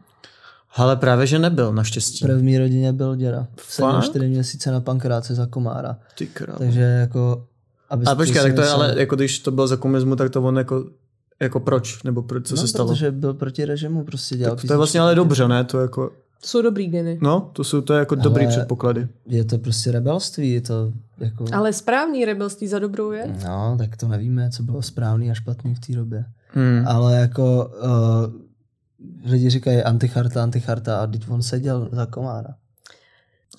B: Ale právě, že nebyl, naštěstí.
A: V první rodině byl děda. Seděl
B: Fakt?
A: čtyři měsíce na pankráce za komára.
B: Ty krávo.
A: Takže jako... Aby
B: A počkej, tak to je,
A: zkusil
B: ale
A: sám-
B: jako když to bylo za komunismu, tak to on jako, jako proč, nebo proč, co
A: no,
B: se stalo?
A: protože byl proti režimu, prostě dělal
B: To je vlastně ale dobře, ne? To je jako,
E: to jsou dobrý geny.
B: no, to jsou to je jako dobrý
A: Ale-
B: předpoklady.
A: Je to prostě rebelství, je to jako...
E: Ale správný rebelství za dobrou je.
A: No, tak to nevíme, co bylo správný a špatný v té době.
B: Hmm.
A: Ale jako uh, lidi říkají anticharta, anticharta a teď on seděl za komára.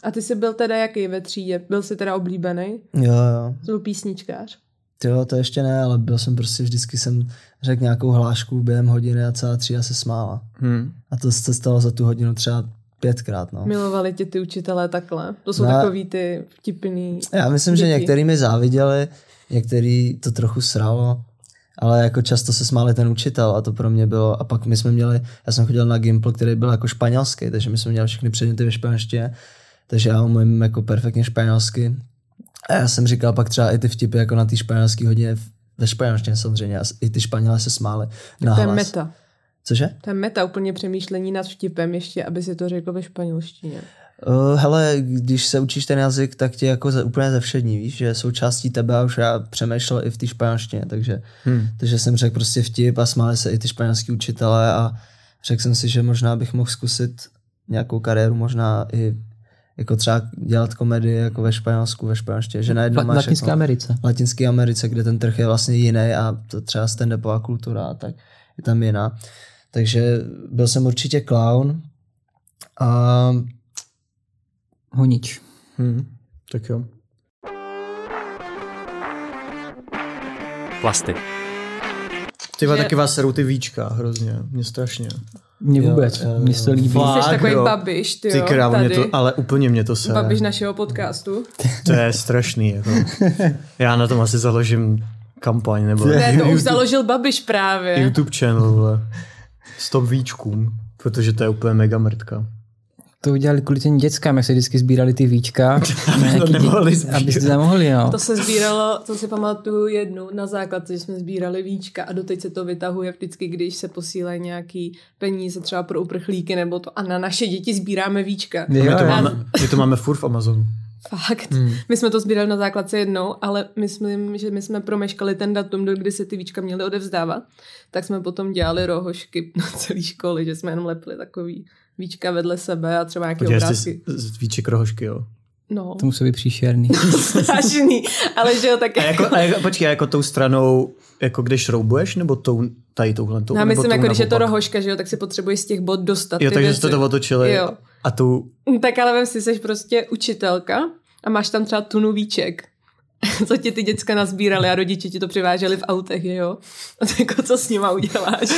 E: A ty jsi byl teda jaký ve třídě? Byl jsi teda oblíbený?
A: Jo, jo.
E: Jsi byl písničkář?
A: Jo, to ještě ne, ale byl jsem prostě vždycky jsem řekl nějakou hlášku během hodiny a celá třída se smála.
B: Hmm.
A: A to se stalo za tu hodinu třeba pětkrát, no.
E: Milovali tě ty učitelé takhle? To jsou
A: Ne.
E: takový ty vtipný...
A: Já myslím, že
E: Děti.
A: některý mi záviděli, některý to trochu sralo, ale jako často se smáli ten učitel a to pro mě bylo. A pak my jsme měli, já jsem chodil na Gimpl, který byl jako španělský, takže my jsme měli všechny předměty ve španělštině, takže já umím jako perfektně španělsky. A já jsem říkal pak třeba i ty vtipy jako na té španělské hodině v- ve španělštině samozřejmě, a s- i ty Španělé se smáli na
E: To je
A: hlas.
E: meta.
A: Cože?
E: To je meta, úplně přemýšlení nad vtipem ještě, aby si to řekl ve španělštině.
A: Uh, hele, když se učíš ten jazyk, tak tě jako ze, úplně zevšední, víš, že součástí tebe a už já přemýšlel i v té španělštině, takže, hmm. takže jsem řekl prostě vtip a smáli se i ty španělský učitelé a řekl jsem si, že možná bych mohl zkusit nějakou kariéru, možná i jako třeba dělat komedii jako ve Španělsku, ve španělštině, že najednou
D: v
A: máš
D: Latinské
A: jako,
D: Americe.
A: v Latinské Americe, kde ten trh je vlastně jiný a to třeba stand-upová kultura a tak je tam jiná. Takže byl jsem určitě clown a
D: Honič.
B: Hmm. Tak jo.
F: Plasty.
B: Ty vole,
E: Že-
B: taky vás serou ty víčka hrozně, mě strašně.
D: Mně
A: Jo,
D: vůbec,
A: jo, jo.
D: mně se to líbí.
E: Jsi
B: Fakt,
E: takový
B: jo.
E: babiš, ty,
B: Ty
E: jo,
B: krávo, mě
E: tady.
B: to, ale úplně mě to se.
E: Babiš našeho podcastu.
B: To je strašný. (laughs) Jako. Já na tom asi založím kampaň nebo
E: Ne, to
B: YouTube,
E: už založil Babiš právě.
B: YouTube channel. Vole. Stop víčkům, protože to je úplně mega mrtka.
D: To udělali kvůli těm dětskám, jak se vždycky sbírali ty víčka. nějaký
B: nemohli
D: děti,
B: sbírat.
D: aby se nemohli, no.
E: To se sbíralo, to si pamatuju jednu na základce, že jsme sbírali víčka a doteď se to vytahuje vždycky, když se posílají nějaký peníze třeba pro uprchlíky nebo to a na naše děti sbíráme víčka.
B: A my, to
D: jo.
B: máme, my to máme furt v Amazonu.
E: Fakt. Hmm. My jsme to sbírali na základce jednou, ale myslím, že my jsme promeškali ten datum, do kdy se ty víčka měly odevzdávat. Tak jsme potom dělali rohošky (laughs) na celé školy, že jsme jenom lepili takový víčka vedle sebe a třeba nějaké
B: Protože jste z,
E: obrázky.
B: z víček rohošky, jo. (laughs)
E: No,
D: To musí být příšerný.
E: strašný. Ale že jo, tak (laughs)
B: A jako, a jako, počkej, a jako tou stranou, jako kde šroubuješ, nebo tou, tady touhle? Tou,
E: No, já
B: nebo
E: myslím,
B: tou
E: jako když je to
B: naopak?
E: rohoška, že jo, tak si potřebuješ z těch bod dostat.
B: Jo,
E: ty
B: takže
E: věci.
B: jste to otočili.
E: Jo.
B: A tu,
E: Tak ale vem si, jsi prostě učitelka a máš tam třeba tunu víček. (laughs) Co ti ty děcka nazbírali a rodiče ti to přiváželi v autech, že jo? (laughs) A tak jako co s nima uděláš?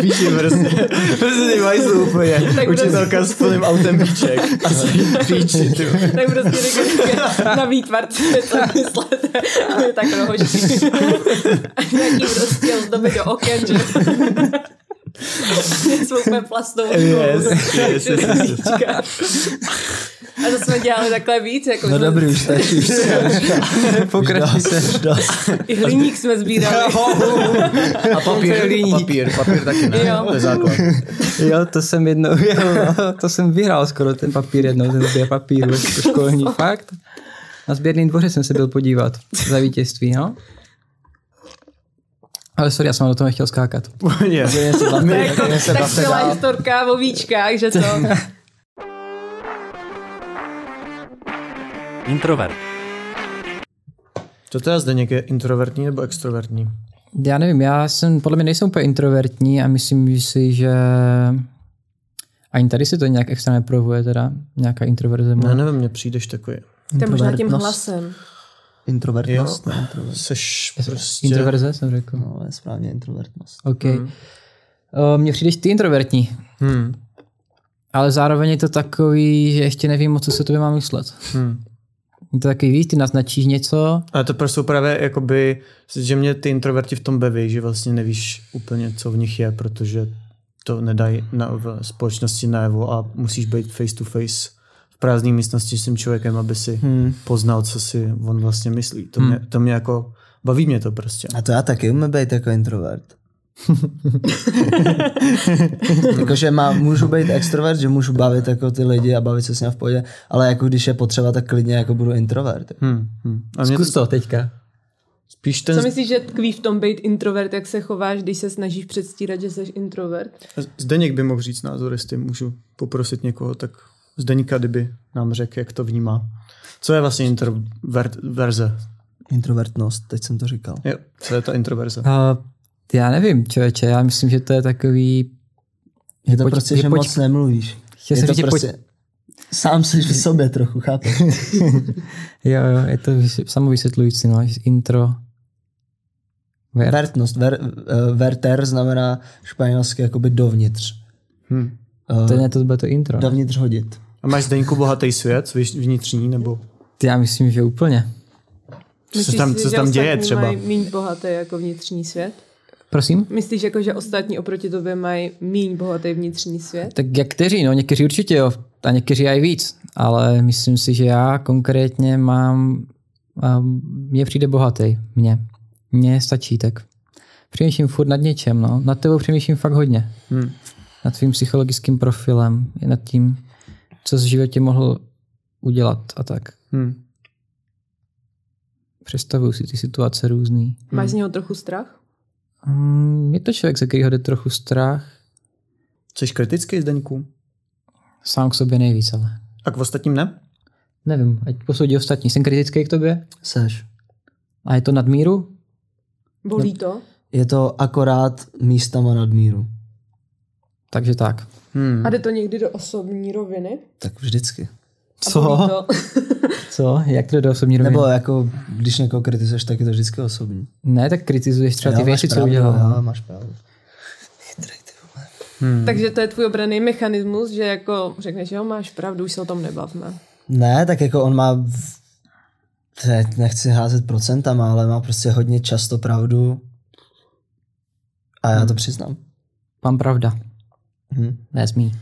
B: Píči (laughs) prostě. Prostě ty mají jsou úplně.
E: Tak
B: Učitelka s plným autem píček. A s- píči, ty. vole.
E: tak prostě řekl, že na výtvarce to myslete. A my tak rohožky. A nějaký prostě ozdoby do oken, že? (laughs) Jsou úplně plastovou.
B: Yes, yes, yes, yes, yes.
E: A to jsme dělali takhle víc. Jako
A: No
E: jsme-
A: dobrý, už stačí. Už
D: Pokračujte.
E: I hliník jsme sbírali.
B: Oh, A papír, papír, papír taky ne.
E: Jo.
B: To je základ.
D: (laughs) Jo, to jsem jednou, (laughs) jo, to jsem vyhrál skoro ten papír jednou, ten sběr papíru, (laughs) školní fakt. Na sběrným dvoře jsem se byl podívat za vítězství, no. Ale sorry, já jsem do toho nechtěl skákat. (laughs)
B: Úplně.
E: Jako, tak celá historka o víčkách, že to.
F: Introvert.
B: To teda Zdeněk je introvertní nebo extrovertní?
D: Já nevím, já jsem, podle mě nejsem úplně introvertní a myslím si, že ani tady se to nějak extra neprovuje teda, nějaká introverze.
B: Já nevím, mně přijdeš takový.
E: To je možná tím
A: Introvertnost.
E: hlasem.
A: Introvertnost.
B: Jo.
A: ne Introvertnost.
B: Seš prostě...
D: Introverze jsem řekl.
A: No, je správně introvertnost.
D: OK. Hmm. Mně přijdeš ty introvertní,
B: Hmm.
D: ale zároveň je to takový, že ještě nevím moc, co se o tobě mám myslet.
B: Hmm.
D: Je to takový, víš, ty naznačíš něco,
B: Ale to prostě jsou právě jakoby, že mě ty introverti v tom beví, že vlastně nevíš úplně, co v nich je, protože to nedají na, v společnosti najevo a musíš být face to face v prázdné místnosti s tím člověkem, aby si hmm. poznal, co si on vlastně myslí. To, mě, to mě jako, baví mě to prostě.
A: A to já taky umím být jako introvert. Jakože má, můžu být extrovert, že můžu bavit jako ty lidi a bavit se s nimi v pohodě, ale jako když je potřeba, tak klidně jako budu introvert.
B: Hmm. Hmm. A mě
D: zkus to teďka.
B: spíš ten
E: Co myslíš, že tkví v tom být introvert, jak se chováš, když se snažíš předstírat, že jsi introvert?
B: Zdeněk by mohl říct názory, jestli můžu poprosit někoho, tak Zdeníka, kdyby nám řekl, jak to vnímá. Co je vlastně introverze?
A: Introvertnost, teď jsem to říkal.
B: Jo, co je ta introverze?
D: Uh, já nevím, člověče, já myslím, že to je takový...
A: Je to
D: Pojď-
A: prostě,
D: je
A: že
D: pojď-
A: moc nemluvíš.
D: Chtěl
A: je
D: jsem
A: to prostě
D: říct, že pojď-
A: Sám jsi v sobě trochu, chápeš?
D: Jo, jo, je to vys- samovysvětlující, no, intro. Ver.
A: Vertnost, ver, eh, verter znamená španělsky jakoby dovnitř. Hm. Eh,
B: Hmm.
D: To je to, bylo to intro. ne?
A: Dovnitř hodit.
B: A máš Zdeňku bohatý svět, víš, vnitřní, nebo
D: Ty Já myslím, že úplně.
E: Myslíš
B: tam-
E: si,
B: co
E: že
B: tam děje
E: ostatní
B: třeba?
E: Mají míň bohaté jako vnitřní svět?
D: Prosím?
E: Myslíš, jako, že ostatní oproti tobě mají míň bohatý vnitřní svět?
D: Tak jak kteří, no někteří určitě jo, a někteří aj víc, ale myslím si, že já konkrétně mám, a mně přijde bohatý, mně. Mně stačí tak. Přemýšlím furt nad něčem, no. Nad tebou přemýšlím fakt hodně.
B: Hmm.
D: Nad tvým psychologickým profilem, i nad tím, co jsi v životě mohl udělat a tak.
B: hmm.
D: Představuju si ty situace různý.
B: Hmm.
E: Máš z něho trochu strach?
D: Mm, Je to člověk, ze kterého jde trochu strach.
B: jsi kritický Zdeňku?
D: Sám k sobě nejvíc, ale.
B: A k ostatním ne?
D: Nevím, ať posoudí ostatní. Jsem kritický k tobě?
A: Seš.
D: A je to nadmíru?
B: No.
E: Bolí to?
A: Je to akorát místama nadmíru.
D: Takže tak.
B: Hmm.
E: A jde to někdy do osobní roviny?
A: Tak vždycky.
E: A
B: (laughs)
E: bolí to?
D: Co? Jak to jde do osobní roviny?
A: Nebo jako, když někoho kritizuješ, tak je to vždycky osobní.
D: Ne, tak kritizuješ třeba ty
A: Jo,
D: věci,
A: máš
D: co
A: pravdu,
D: udělal.
A: jo, máš pravdu.
B: Hmm.
E: Takže to je tvůj obraný mechanismus, že jako řekneš, jo, máš pravdu, už se o tom nebavme.
A: Ne, tak jako on má, v- teď nechci házet procentama, ale má prostě hodně často pravdu a já to přiznám.
D: Pan pravda.
A: Hm.
D: Ne, smí.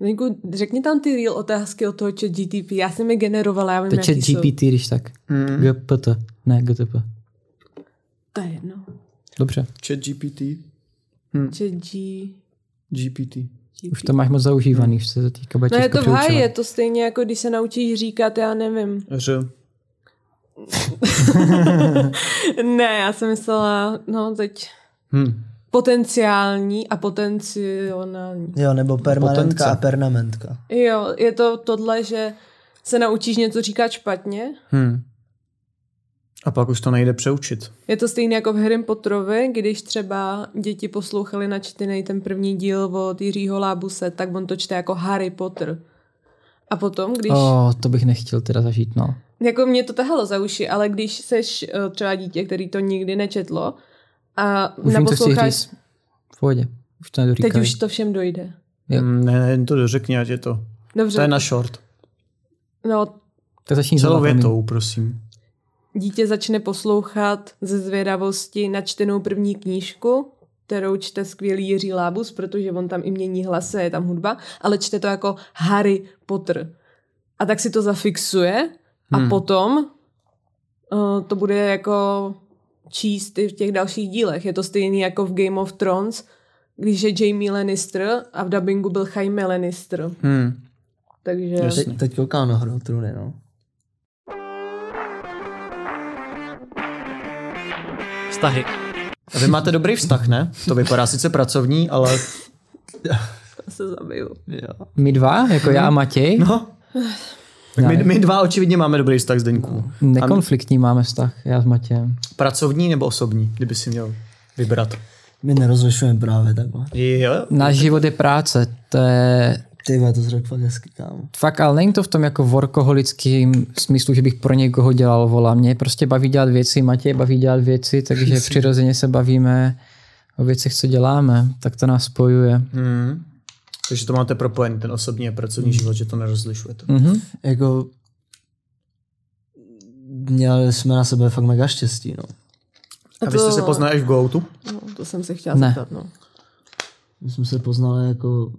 E: Zdeňku, řekni tam ty real otázky o toho chat GTP. Já jsem je generovala, já vím,
D: To je
E: jaký
D: chat
E: jsou.
D: GPT, když tak.
A: Hm.
B: Hmm.
D: GPT. Ne, GTP.
E: To je jedno.
B: Hmm.
D: Dobře,
B: Chat GPT?
E: Chat G...
B: GPT.
D: už to máš moc
A: Hm.
D: zaužívaný, už se to týká bude
E: No je
D: těžko
E: to v háji, je
D: přeučovat.
E: to stejně jako když se naučíš říkat, já nevím.
B: Ř.
E: Ne, já jsem myslela, no teď
D: Hm.
B: Hmm.
E: potenciální a potenciální.
A: Jo, nebo permanentka
B: Potence.
A: a pernamentka.
E: Jo, je to tohle, že se naučíš něco říkat špatně.
B: Hmm. A pak už to nejde přeučit.
E: Je to stejné jako v Harry Potterovi, když třeba děti poslouchali načtený ten první díl od Jiřího Lábuse, tak on to čte jako Harry Potter. A potom, když...
D: O, to bych nechtěl teda zažít, no.
E: Jako mě to tahalo za uši, ale když seš eh, třeba dítě, který to nikdy nečetlo a
D: Už vím, co chci
E: naposloucháš...
D: říct. V pohodě. Už to nedoříkají.
E: teď už to všem dojde.
D: Jo.
B: Hmm. Ne, jen to dořekni, ať je to.
E: Dobře,
B: To je na short.
E: no
D: Tak začni
B: Celou
D: znova, promiň.
B: větou, prosím.
E: dítě začne poslouchat ze zvědavosti načtenou první knížku, kterou čte skvělý Jiří Lábus, protože on tam i mění hlasy, je tam hudba, ale čte to jako Harry Potter. A tak si to zafixuje a
B: Hmm.
E: potom uh, to bude jako číst i v těch dalších dílech. Je to stejný jako v Game of Thrones, když je Jamie Lannister a v dubbingu byl Jaime Lannister.
B: Hmm.
E: Takže...
B: Jasně.
A: Teď, teď koukám na hru trůny, no.
F: Vztahy.
B: A vy máte dobrý vztah, ne? To vypadá sice pracovní, ale...
E: se zabiju. Hm.
D: My dva, jako já a Matěj?
B: No. Tak
D: Já
B: my,
D: nevím.
B: my dva očividně máme dobrý vztah s Deňkou.
D: Nekonfliktní máme vztah, já s Matějem.
B: Pracovní nebo osobní, kdyby si měl vybrat.
A: My nerozlišujeme právě takhle.
B: Jo,
A: No,
D: Náš život je práce, to je
A: Ty vole, to jsi řekl fakt hezky, kámo.
D: fakt, ale není to v tom jako workoholickým smyslu, že bych pro někoho dělal vola. Mě prostě baví dělat věci, Matěj baví dělat věci, takže přirozeně se bavíme o věcech, co děláme, tak to nás spojuje.
B: Hmm. Takže to máte propojený, ten osobní a pracovní
A: Hmm.
B: život, že to nerozlišujete.
D: Mhm.
A: Jako měli jsme na sebe fakt mega štěstí, no.
B: A vy jste se poznali až v Goutu?
E: No, to jsem se chtěla
D: Ne.
E: zeptat, no.
A: My jsme se poznali jako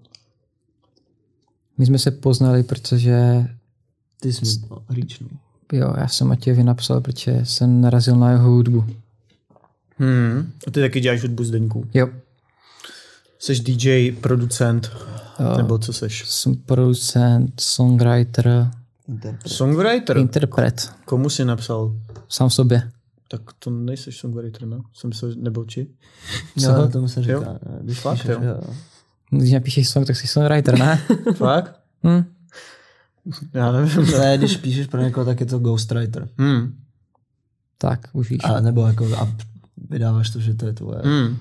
D: My jsme se poznali, protože
A: ty jsme no, rýč, no.
D: jo, já jsem Matějovi napsal, protože jsem narazil na jeho hudbu.
B: Hmm. A ty taky děláš hudbu s Deňkou.
D: Jo,
B: Jsi DJ, producent, nebo co seš?
D: jsem producent, songwriter,
B: Songwriter?
D: interpret,
B: Komu jsi napsal?
D: sám sobě.
B: Tak to nejseš songwriter, ne? Jsem se, nebo či?
A: Jo, tomu se
B: Jo.
A: říká. ne, Když
B: Fakt,
A: píšeš,
B: jo.
A: jo.
D: Když napíšeš song, tak jsi songwriter, ne?
B: Fakt?
D: Hm.
B: Já nevím.
A: Ale když píšeš pro někoho, tak je to ghostwriter.
B: Hmm.
D: Tak, už víš.
A: A nebo jako a vydáváš to, že to je tvoje.
B: Hmm.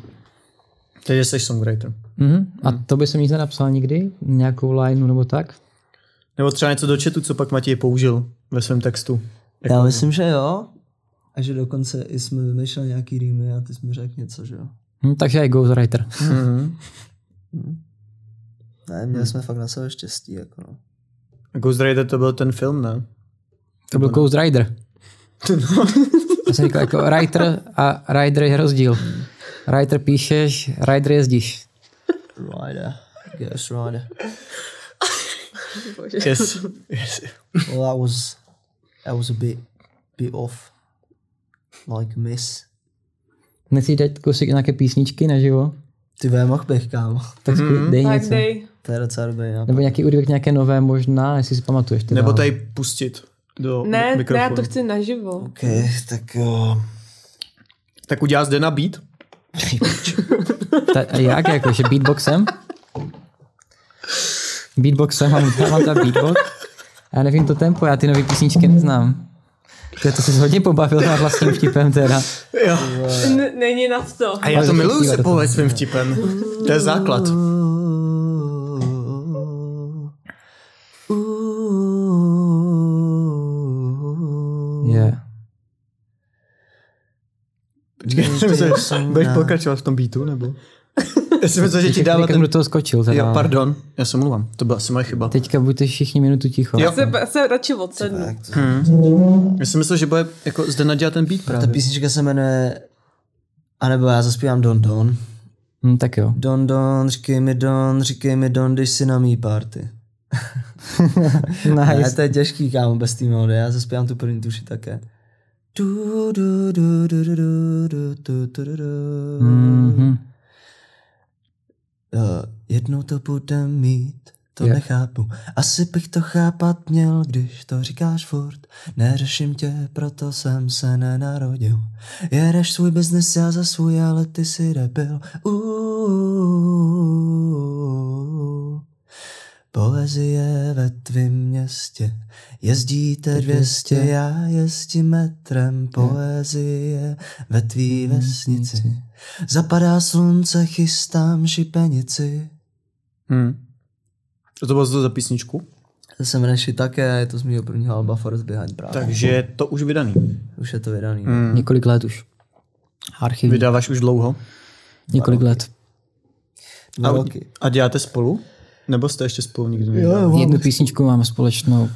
B: Takže jsi songwriter.
D: Mhm. A to by jsem nic nenapsal nikdy? Nějakou lineu nebo tak?
B: Nebo třeba něco do chatu, co pak Matěj použil ve svém textu. jako
A: Já
B: no.
A: myslím, že jo. A že dokonce i jsme vymýšleli nějaký rýmy a ty jsi mi řekl něco, že jo.
D: Hm, takže je ghostwriter.
B: Hmm.
A: Ne, měli jsme fakt na sebe štěstí, jako no.
B: Ghost Rider to byl ten
A: (laughs)
B: film, ne? no.
D: To byl
B: (laughs)
D: Ghost Rider. Já jsem říkal jako writer a rider je rozdíl.
B: Mhm.
D: Writer píšeš, rider jezdíš.
A: Rider. Yes, rider.
E: Bože.
B: Yes. yes.
A: Well, I was, I was a bit, bit off. Like miss.
D: Nechci dát kousek nějaké písničky naživo?
A: Ty ve, mohl bych, kámo.
D: Tak
B: Mhm.
D: mm-hmm. dej
E: Tak
D: něco.
E: dej.
A: To je docela dobrý no. nápad.
D: Nebo nějaký úryvek nějaké nové možná, jestli si pamatuješ. Teda.
B: Nebo tady pustit do
E: Ne, ne,
B: mikrofonu.
E: já to chci naživo.
A: OK, tak jo.
B: Tak udělá zde na beat?
D: Ta, a jak, jako, že beatboxem? Beatboxem, mám, já mám ta beatbox. Já nevím to tempo, já ty nové písničky neznám. Ty to jsi se hodně pobavil nad vlastním vtipem teda.
B: Jo.
E: N- není na to.
B: A já to
D: Ale
B: miluju
D: zpívat
B: se
D: to.
B: pohled svým vtipem. To je základ.
D: Je.
B: Počkej, jsem se- budeš pokračovat v tom beatu, nebo? (laughs) Já jsem myslel, že ti dává
D: Teďka
B: ten...
D: do toho skočil
B: Jo,
D: teda.
B: pardon, já se mluvám. To byla asi moje chyba.
D: Teďka buďte všichni minutu ticho.
B: Jo.
E: Se, se radši odsednu.
B: Já jsem myslel, že bude jako zde nadělat ten beat
A: Ta
B: právě.
A: písnička se jmenuje... A nebo já zaspívám Don Don.
D: Hm, tak jo.
A: Don Don, říkej mi Don, říkej mi Don, když jsi na mý party. Ne,
D: (laughs) Nice.
A: to je těžký, kámo, bez té melodie. Já zaspívám tu první tuši také. Du, du, du, du, du, du, du, du, du, du, du.
D: Mhm.
A: Eh, Jednou to bude mít, to
D: Je.
A: nechápu. Asi bych to chápat měl, když to říkáš furt. Neřeším tě, proto jsem se nenarodil. Jedeš svůj biznis, já za svůj, ale ty jsi debil. Uuu. Poezie ve tvém městě, jezdíte 200, já jezdím metrem. Poezie ve tvý vesnici, zapadá slunce, chystám šipenici.
B: Hm. A to bylo to za písničku?
A: To se jmenuje také, je to z mého prvního alba Forest Behind Pride.
B: Takže je to už vydaný.
A: Už je to vydaný. no.
B: Hm.
D: Několik let už. Archiv.
B: Vydáváš už dlouho.
D: Několik let.
A: Dva
B: A,
A: roky.
B: a děláte spolu? Nebo jste ještě spolu nikdy
A: Jo,
B: nedělali?
A: jo.
D: Jednu písničku máme společnou.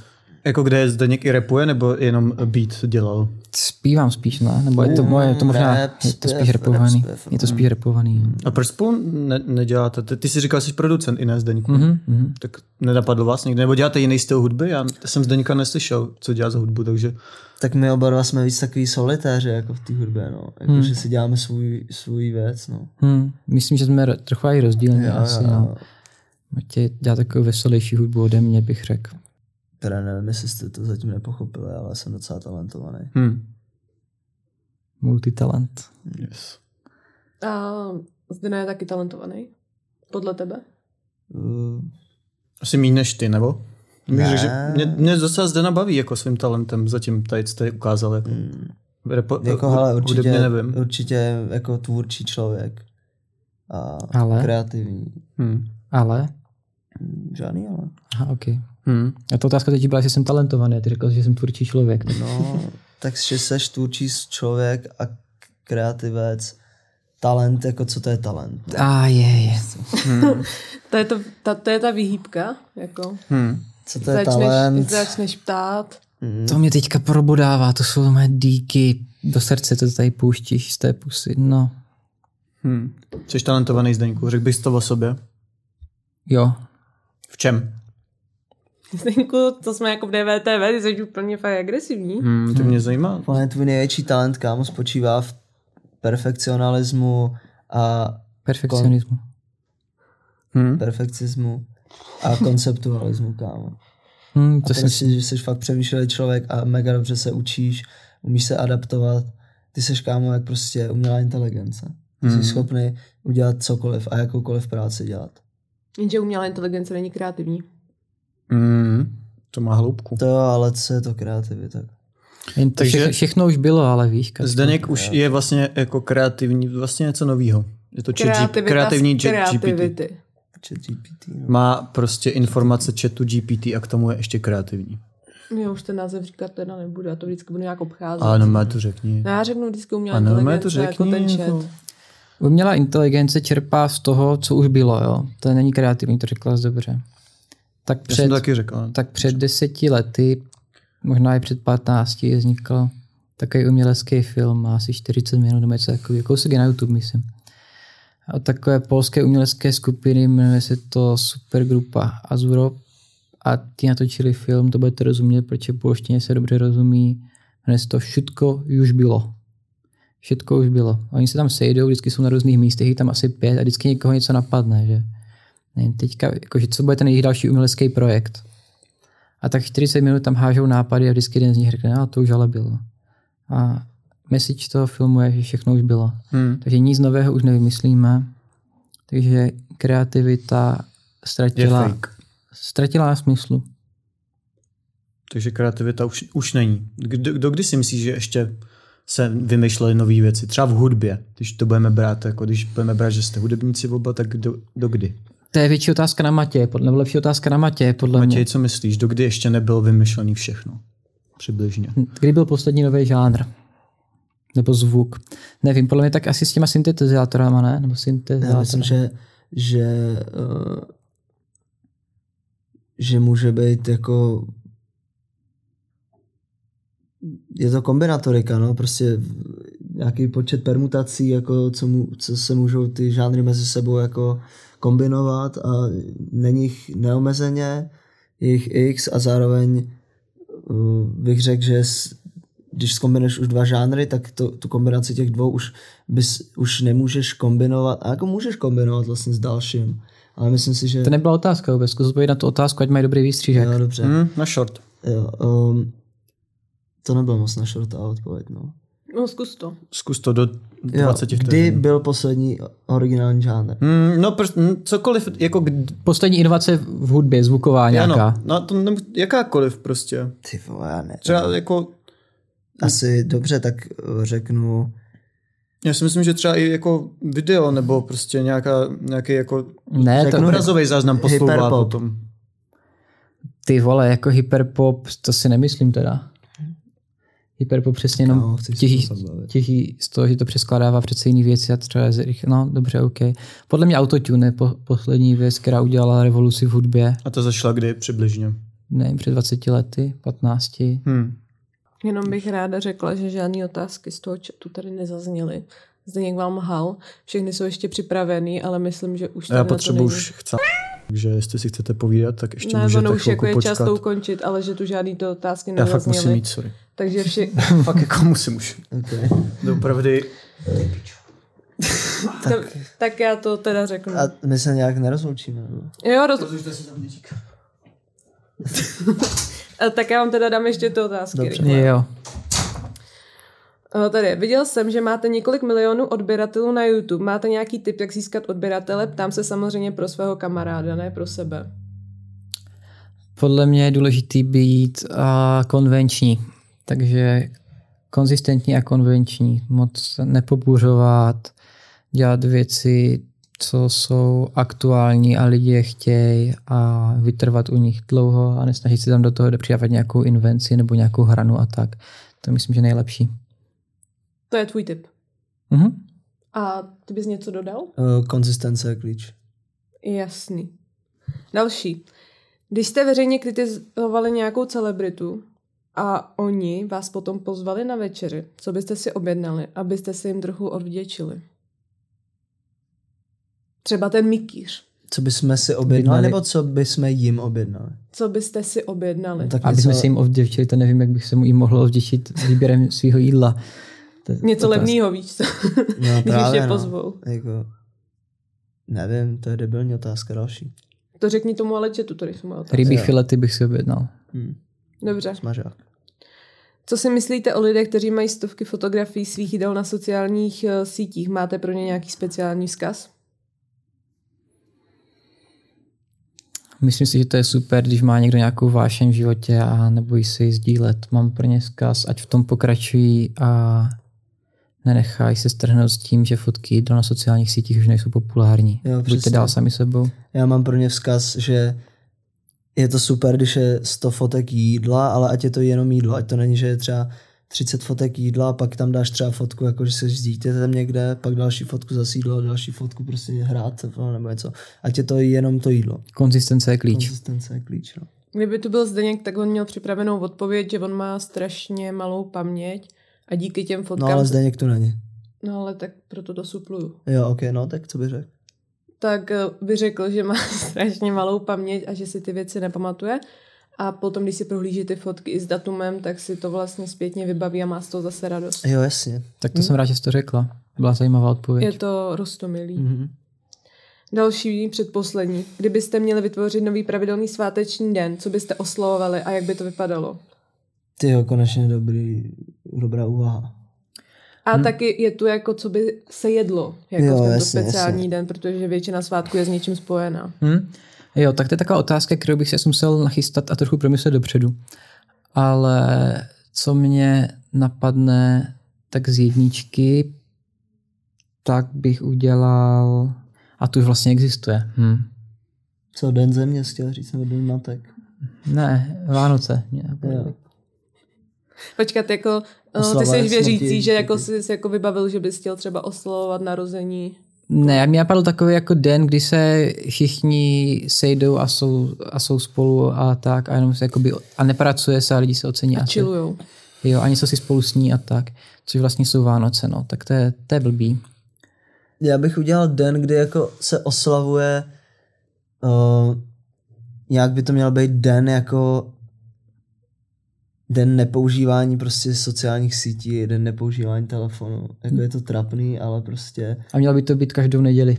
B: Jako kde Zdeněk i repuje, nebo jenom beat dělal?
D: Zpívám spíš, ne? Nebo je to moje, je to možná,
A: rap,
D: je to spíš
A: zpěv, rap,
D: repovaný.
A: zpěv,
D: Je to spíš repovaný.
B: A proč spolu ne- neděláte? Ty, ty jsi říkal, jsi producent i ne Zdeňku.
A: Hmm.
D: Mhm.
B: Tak nenapadlo vás někde? Nebo děláte jiný styl hudby? Já jsem Zdeňka neslyšel, co dělá za hudbu, takže...
A: Tak my oba dva jsme víc takový solitáři jako v té hudbě, no. Jako, že si děláme svůj, svůj věc, no.
D: Hmm, myslím, že jsme ro- trochu i rozdílní jo, asi.
A: jo,
D: No. Matěj dělá takovou veselější hudbu ode mě, bych řekl.
A: Teda nevím, jestli jste to zatím nepochopili, ale jsem docela talentovaný.
B: Hm.
D: Multitalent.
B: Yes.
E: A Zdena je taky talentovaný. Podle tebe?
A: Uh,
B: Asi méně než ty, nebo? Mě,
A: Ne.
B: řekl, že mě, mě docela Zdena baví jako svým talentem, zatím tady, co tady ukázal. Jako, mm. repo,
A: Jako, hele,
B: hudebně
A: určitě,
B: nevím.
A: určitě je jako tvůrčí člověk. A
D: Ale?
A: kreativní.
B: Hmm.
D: Ale?
A: Hm, Žádný, ale.
D: Aha, ok.
B: Hmm.
D: A ta otázka teď byla, jestli jsem talentovaný. Ty řekl, že jsem tvůrčí člověk.
A: No, tak že seš tvůrčí člověk a kreativec. Talent, jako co to je talent?
D: A ah, je, je.
E: To je, to, ta, to je ta vyhýbka, jako.
B: Hmm.
A: Co to je
E: Začneš,
A: talent? Hmm.
E: začneš ptát.
D: To mě teďka probodává, to jsou mé díky do srdce, to tady pouštíš z té pusy, no.
B: Hmm. Jsi talentovaný, Zdeňku, řekl bys to o sobě.
D: Jo,
B: V čem?
E: Zdenku, to jsme jako v DVTV, ty jsi úplně fakt agresivní.
B: Hmm,
A: Hm.
B: to mě zajímá.
A: Podle mě tvůj největší talent, kámo, spočívá v perfekcionalismu a
D: perfekcionismu.
B: Hmm.
A: perfekcismu a konceptualismu, kámo.
D: Hm,
A: A
D: to jsem si...
A: prostě, že jsi fakt přemýšlelý člověk a mega dobře se učíš, umíš se adaptovat. Ty seš, kámo, jak prostě umělá inteligence. Ty jsi
D: Hmm.
B: Mhm.
A: schopný udělat cokoliv a jakoukoliv práci dělat.
E: Jenže umělá inteligence není kreativní.
B: Hmm. To má hloubku.
A: To jo, ale co je to kreativita?
D: Jen to
B: Takže-
D: vše, všechno už bylo, ale víš, Katko.
B: Zdeněk už je vlastně jako kreativní, vlastně něco novýho. Je to chat, G-
E: Kreativita
B: kreativní chat
E: z
B: GPT.
E: kreativity.
A: Chat GPT. No.
B: Má prostě informace chatu GPT a k tomu je ještě kreativní.
E: Jo, už ten název říkat teda nebudu, já to vždycky budu nějak obcházet.
B: Ale no, má to řekni.
E: No já řeknu vždycky umělá
B: Ano, má
E: inteligence,
B: to
E: to řekni, jako ten
B: řekni,
E: chat.
B: jako-
E: Jako...
D: Umělá inteligence čerpá z toho, co už bylo, jo. To není kreativní, to řekla jsi dobře. Tak
B: Já jsem
D: před,
B: to taky řekl.
D: tak před deseti lety, možná i před 15, vznikl takový umělecký film, má asi 40 minut nebo něco takového, kousek je na YouTube, myslím. A takové polské umělecké skupiny, jmenuje se to Supergrupa Azuro a ti natočili film, to budete rozumět, protože polštině se dobře rozumí, jmenuje se to Všetko už bylo. Všetko už bylo. Oni se tam sejdou, vždycky jsou na různých místech, je tam asi pět a vždycky někoho něco napadne, že? Nevím, teďka, jakože co bude ten jejich další umělecký projekt. A tak 40 minut tam hážou nápady a vždycky jeden z nich řekne, a to už ale bylo. A message toho filmu je, že všechno už bylo.
B: Hmm.
D: Takže nic nového už nevymyslíme. Takže kreativita
B: Je
D: ztratila,
B: fake.
D: ztratila smyslu.
B: Takže kreativita už, už není. Kdo, kdo kdy si myslí, že ještě se vymýšleli nové věci? Třeba v hudbě, když to budeme brát, jako když budeme brát, že jste hudebníci oba, tak do, do kdy?
D: To je větší otázka na Matěje, podle, nebo lepší otázka na Matěje, podle
B: Matěj,
D: mě.
B: co myslíš, do kdy ještě nebylo vymyšlený všechno? Přibližně.
D: Kdy byl poslední nový žánr? Nebo zvuk? Nevím, podle mě tak asi s těma syntetizátorama, ne? Nebo
A: Já myslím,
D: syntetizátorama.
A: že, že, eh, že může být jako je to kombinatorika, no, prostě nějaký počet permutací, jako co, mu, co se můžou ty žánry mezi sebou jako kombinovat a není jich neomezeně, je jich x a zároveň uh, bych řekl, že s- když zkombinuješ už dva žánry, tak to, tu kombinaci těch dvou už, bys, už nemůžeš kombinovat, a jako můžeš kombinovat vlastně s dalším, ale myslím si, že...
D: To nebyla otázka vůbec, zkus odpovědět na tu otázku, ať mají dobrý výstřížek.
A: jo, dobře.
B: Hmm, na short.
A: Jo, um, to nebylo moc na short a odpověď, no.
E: No zkus to.
B: Zkus to do 20
A: jo, kdy
B: vteřin.
A: byl poslední originální žánr?
B: Hmm, no, pr- hmm, cokoliv, jako kdy,
D: Poslední inovace v hudbě, zvuková nějaká.
B: ano, no, to, nem- jakákoliv prostě.
A: Ty vole, já ne.
B: Třeba jako,
A: Asi dobře, tak eh, řeknu,
B: já si myslím, že třeba i jako video, nebo prostě nějaká, nějaký jako
D: Ne, to,
A: Řeknu-
B: obrazový záznam poslouvá
A: Hyperpop.
B: potom.
D: ty vole, jako hyperpop, to si nemyslím teda. Hyperpop přesně jenom
A: Kámo, chci se
D: těží,
A: to zabavit.
D: těží z toho, že to přeskládává přece jiný věci a třeba zrych... No, dobře, OK. Podle mě autotune je po, poslední věc, která udělala revoluci v hudbě,
B: A to zašla kdy přibližně?
D: nevím, před 20 lety, 15.
B: Hmm.
E: Jenom bych ráda řekla, že žádné otázky z toho chatu tady nezazněly. Zdeněk vám hal, všechny jsou ještě připravený, ale myslím, že už tady
B: Já
E: na to
B: potřebuji
E: není.
B: už chce. Takže jestli si chcete povídat, tak ještě
E: ne,
B: můžete
E: ono už
B: chvilku
E: jako je
B: počkat.
E: čas to ukončit, ale že tu žádný ty otázky
B: Já fakt musím
E: nezazněly.
B: jít, sorry. (laughs)
E: Takže vši...
B: fakt jako musím už.
A: okay.
B: Dopravdy.
E: tak. tak já to teda řeknu. A...
A: a my se nějak nerozloučíme. nebo?
E: Jo, roz... (laughs) A tak já vám teda dám ještě ty otázky. rychle.
D: Jo.
E: Eh, Tady, viděl jsem, že máte několik milionů odběratelů na YouTube. Máte nějaký tip, jak získat odběratele? Ptám se samozřejmě pro svého kamaráda, ne pro sebe.
D: Podle mě je důležitý být a, konvenční, takže konzistentní a konvenční. Moc se nepobůřovat, dělat věci, co jsou aktuální a lidi je chtějí a vytrvat u nich dlouho a nesnažit se tam do toho přidávat nějakou invenci nebo nějakou hranu a tak. To myslím, že je nejlepší.
E: To je tvůj tip.
D: Mhm.
E: A ty bys něco dodal?
A: Eh, Konzistence je klíč.
E: Jasný. Další. Když jste veřejně kritizovali nějakou celebritu a oni vás potom pozvali na večeři, co byste si objednali, abyste se jim trochu odvděčili? Třeba ten mikýř.
A: Co bychom si objednali,
D: Objednali.
A: no, nebo co bychom jim objednali?
E: Co byste si objednali?
A: No tak
D: Aby
A: něco-
D: jsme se jim ovděčili, to nevím, jak bych se mu jim mohl ovděčit výběrem svého jídla. To je
E: Něco
D: otázka.
E: levného, víš co? (laughs)
A: No,
E: Když už
A: právě,
E: je
A: no.
E: pozvou.
A: Jako, nevím, to je debilní otázka další.
E: To řekni tomu ale četu, to když jsem moje otázka.
D: Rybí
A: Jo.
D: filety bych si objednal.
A: Hm.
E: Dobře.
A: Smažák.
E: Co si myslíte o lidech, kteří mají stovky fotografií svých jídel na sociálních eh, sítích? Máte pro ně nějaký speciální vzkaz?
D: Myslím si, že to je super, když má někdo nějakou vášeň v životě a nebojí se ji sdílet. Mám pro ně zkaz, ať v tom pokračují a nenechají se strhnout s tím, že fotky do na sociálních sítích už nejsou populární.
A: Jo,
D: Buďte
A: přesně.
D: dál sami sebou.
A: Já mám pro ně vzkaz, že je to super, když je 100 fotek jídla, ale ať je to jenom jídlo, ať to není, že je třeba 30 fotek jídla a pak tam dáš třeba fotku, jako že se s dítětem někde, pak další fotku za sídlo, další fotku prostě hrát nebo něco. Ať je to jenom to jídlo.
D: Konzistence je klíč.
A: Konzistence je klíč. No.
E: Kdyby tu byl Zdeněk, tak on měl připravenou odpověď, že on má strašně malou paměť a díky těm
A: no
E: fotkám...
A: ale zde někdo není.
E: no ale tak proto to supluju.
A: Jo, ok, no tak co by řekl?
E: Tak eh, by řekl, že má (laughs) strašně malou paměť a že si ty věci nepamatuje. A potom, když si prohlíží ty fotky i s datumem, tak si to vlastně zpětně vybaví a má z toho zase radost.
A: Jo, jasně.
D: Tak to jsem rád, že jsi to řekla. Byla zajímavá
E: Je
D: odpověď.
E: to rostomilý.
A: Mhm.
E: Další předposlední. Kdybyste měli vytvořit nový pravidelný sváteční den, co byste oslavovali a jak by to vypadalo?
A: Ty jo, konečně dobrý, dobrá úvaha.
E: A hmm. taky je tu jako, co by se jedlo, jako
A: Mhm. Jo,
E: jo, v tento
A: jasně,
E: speciální
A: jasně.
E: den, protože většina svátku je s něčím spojená.
D: Hm? Jo, tak to je taková otázka, kterou bych si asi musel nachystat a trochu promyslet dopředu. Ale co mě napadne tak z jedničky, tak bych udělal... A tu už vlastně existuje. Hm.
A: Co, den země jsi chtěl říct, nebo den matek?
D: Ne, Vánoce. Mě
A: Jo.
E: Počkat, jako, eh, ty
A: Oslava
E: jsi
A: je smrti
E: věřící, že jako
A: dítěti.
E: jsi si jako vybavil, že bys chtěl třeba oslavovat narození.
D: Ne, mě napadl takový jako den, kdy se všichni sejdou a jsou, a jsou spolu a tak a jenom se jakoby, a nepracuje se a lidi se ocení.
E: A
D: asi.
E: chillujou.
D: Jo, a něco si spolu sní a tak, což vlastně jsou Vánoce, no, tak to je, to je blbý.
A: Já bych udělal den, kdy jako se oslavuje, uh, nějak by to měl být den jako den nepoužívání prostě sociálních sítí, den nepoužívání telefonu. Jako je to trapný, ale prostě
D: A mělo by to být každou neděli.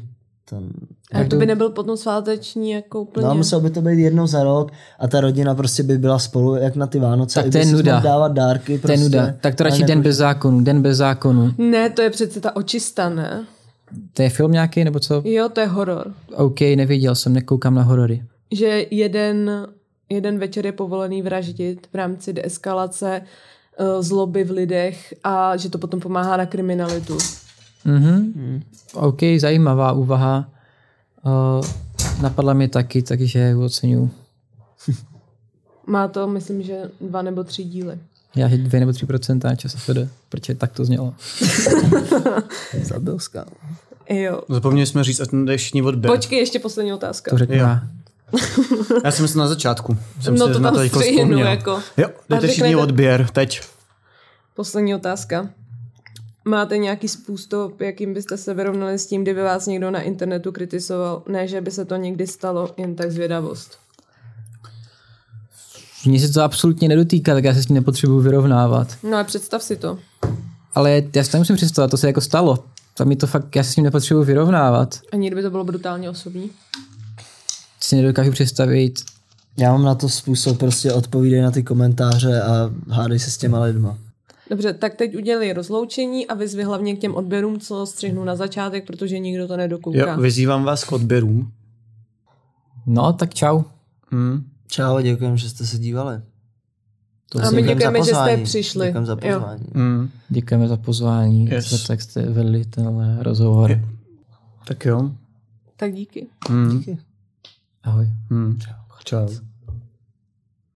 A: ten...
E: A to by nebyl potom sváteční jako úplně.
A: No, musel by to být jednou za rok a ta rodina prostě by byla spolu jak na ty Vánoce.
D: Tak
A: i
D: to je
A: by si
D: nuda.
A: mohl dávat dárky. Prostě,
D: Prostě, to je nuda. Tak to
A: ale
D: radši den
A: nepoužívat.
D: bez zákonu, den bez zákonu.
E: Ne, to je přece ta očista, ne?
D: To je film nějaký nebo co?
E: Jo, to je horor.
D: OK, neviděl jsem, nekoukám na horory.
E: že jeden, jeden večer je povolený vraždit v rámci deeskalace eh, zloby v lidech a že to potom pomáhá na kriminalitu.
D: Mhm. OK, zajímavá úvaha. Uh, napadla mě taky, takže ji oceňuju.
E: Má to, myslím, že dva nebo tři díly.
D: Já že dvě nebo tři procenta na ČSFD, protože tak to znělo.
A: Zabilská.
E: Jo.
B: Zapomněli jsme říct, ať nedají všichni odběr.
E: Počkej, ještě poslední otázka.
D: To řeknu
B: Jo.
D: já.
B: Já jsem myslel na začátku. Jsem
E: No
B: si
E: to
B: na
E: tam
B: teď
E: střihnu,
B: vzpomněl.
E: jako.
B: Jo, dejte
E: řeknete-
B: všichni odběr, teď.
E: Poslední otázka. Máte nějaký způsob, jakým byste se vyrovnali s tím, kdyby vás někdo na internetu kritizoval? Ne, že by se to někdy stalo, jen tak zvědavost.
D: Mně se to absolutně nedotýká, tak já se s tím nepotřebuji vyrovnávat.
E: No a představ si to.
D: Ale já si to musím představit, to se jako stalo. Tam mi to fakt, já se s tím nepotřebuji vyrovnávat.
E: A někdy by to bylo brutálně osobní.
D: Si nedokážu představit,
A: Já mám na to způsob, prostě odpovídej na ty komentáře a hádej se s těma lidma.
E: Dobře, tak teď udělej rozloučení a vyzvi hlavně k těm odběrům, co střihnu na začátek, protože nikdo to nedokouká.
B: Jo, vyzývám vás k odběrům.
D: No, tak čau.
B: Hmm.
A: Čau, děkujeme, že jste se dívali.
D: To
E: A
D: si
E: my
A: Děkujem za
E: děkujeme, že jste
A: pozvání.
E: přišli.
A: Děkujem za
E: Jo.
A: pozvání.
B: Mm.
D: děkujeme za pozvání,
B: Yes.
D: yes. za to, jak jste vedli tenhle rozhovor.
B: Je- Tak jo.
E: Tak díky.
B: Mm.
A: Díky.
D: Ahoj.
B: Mm. Čau.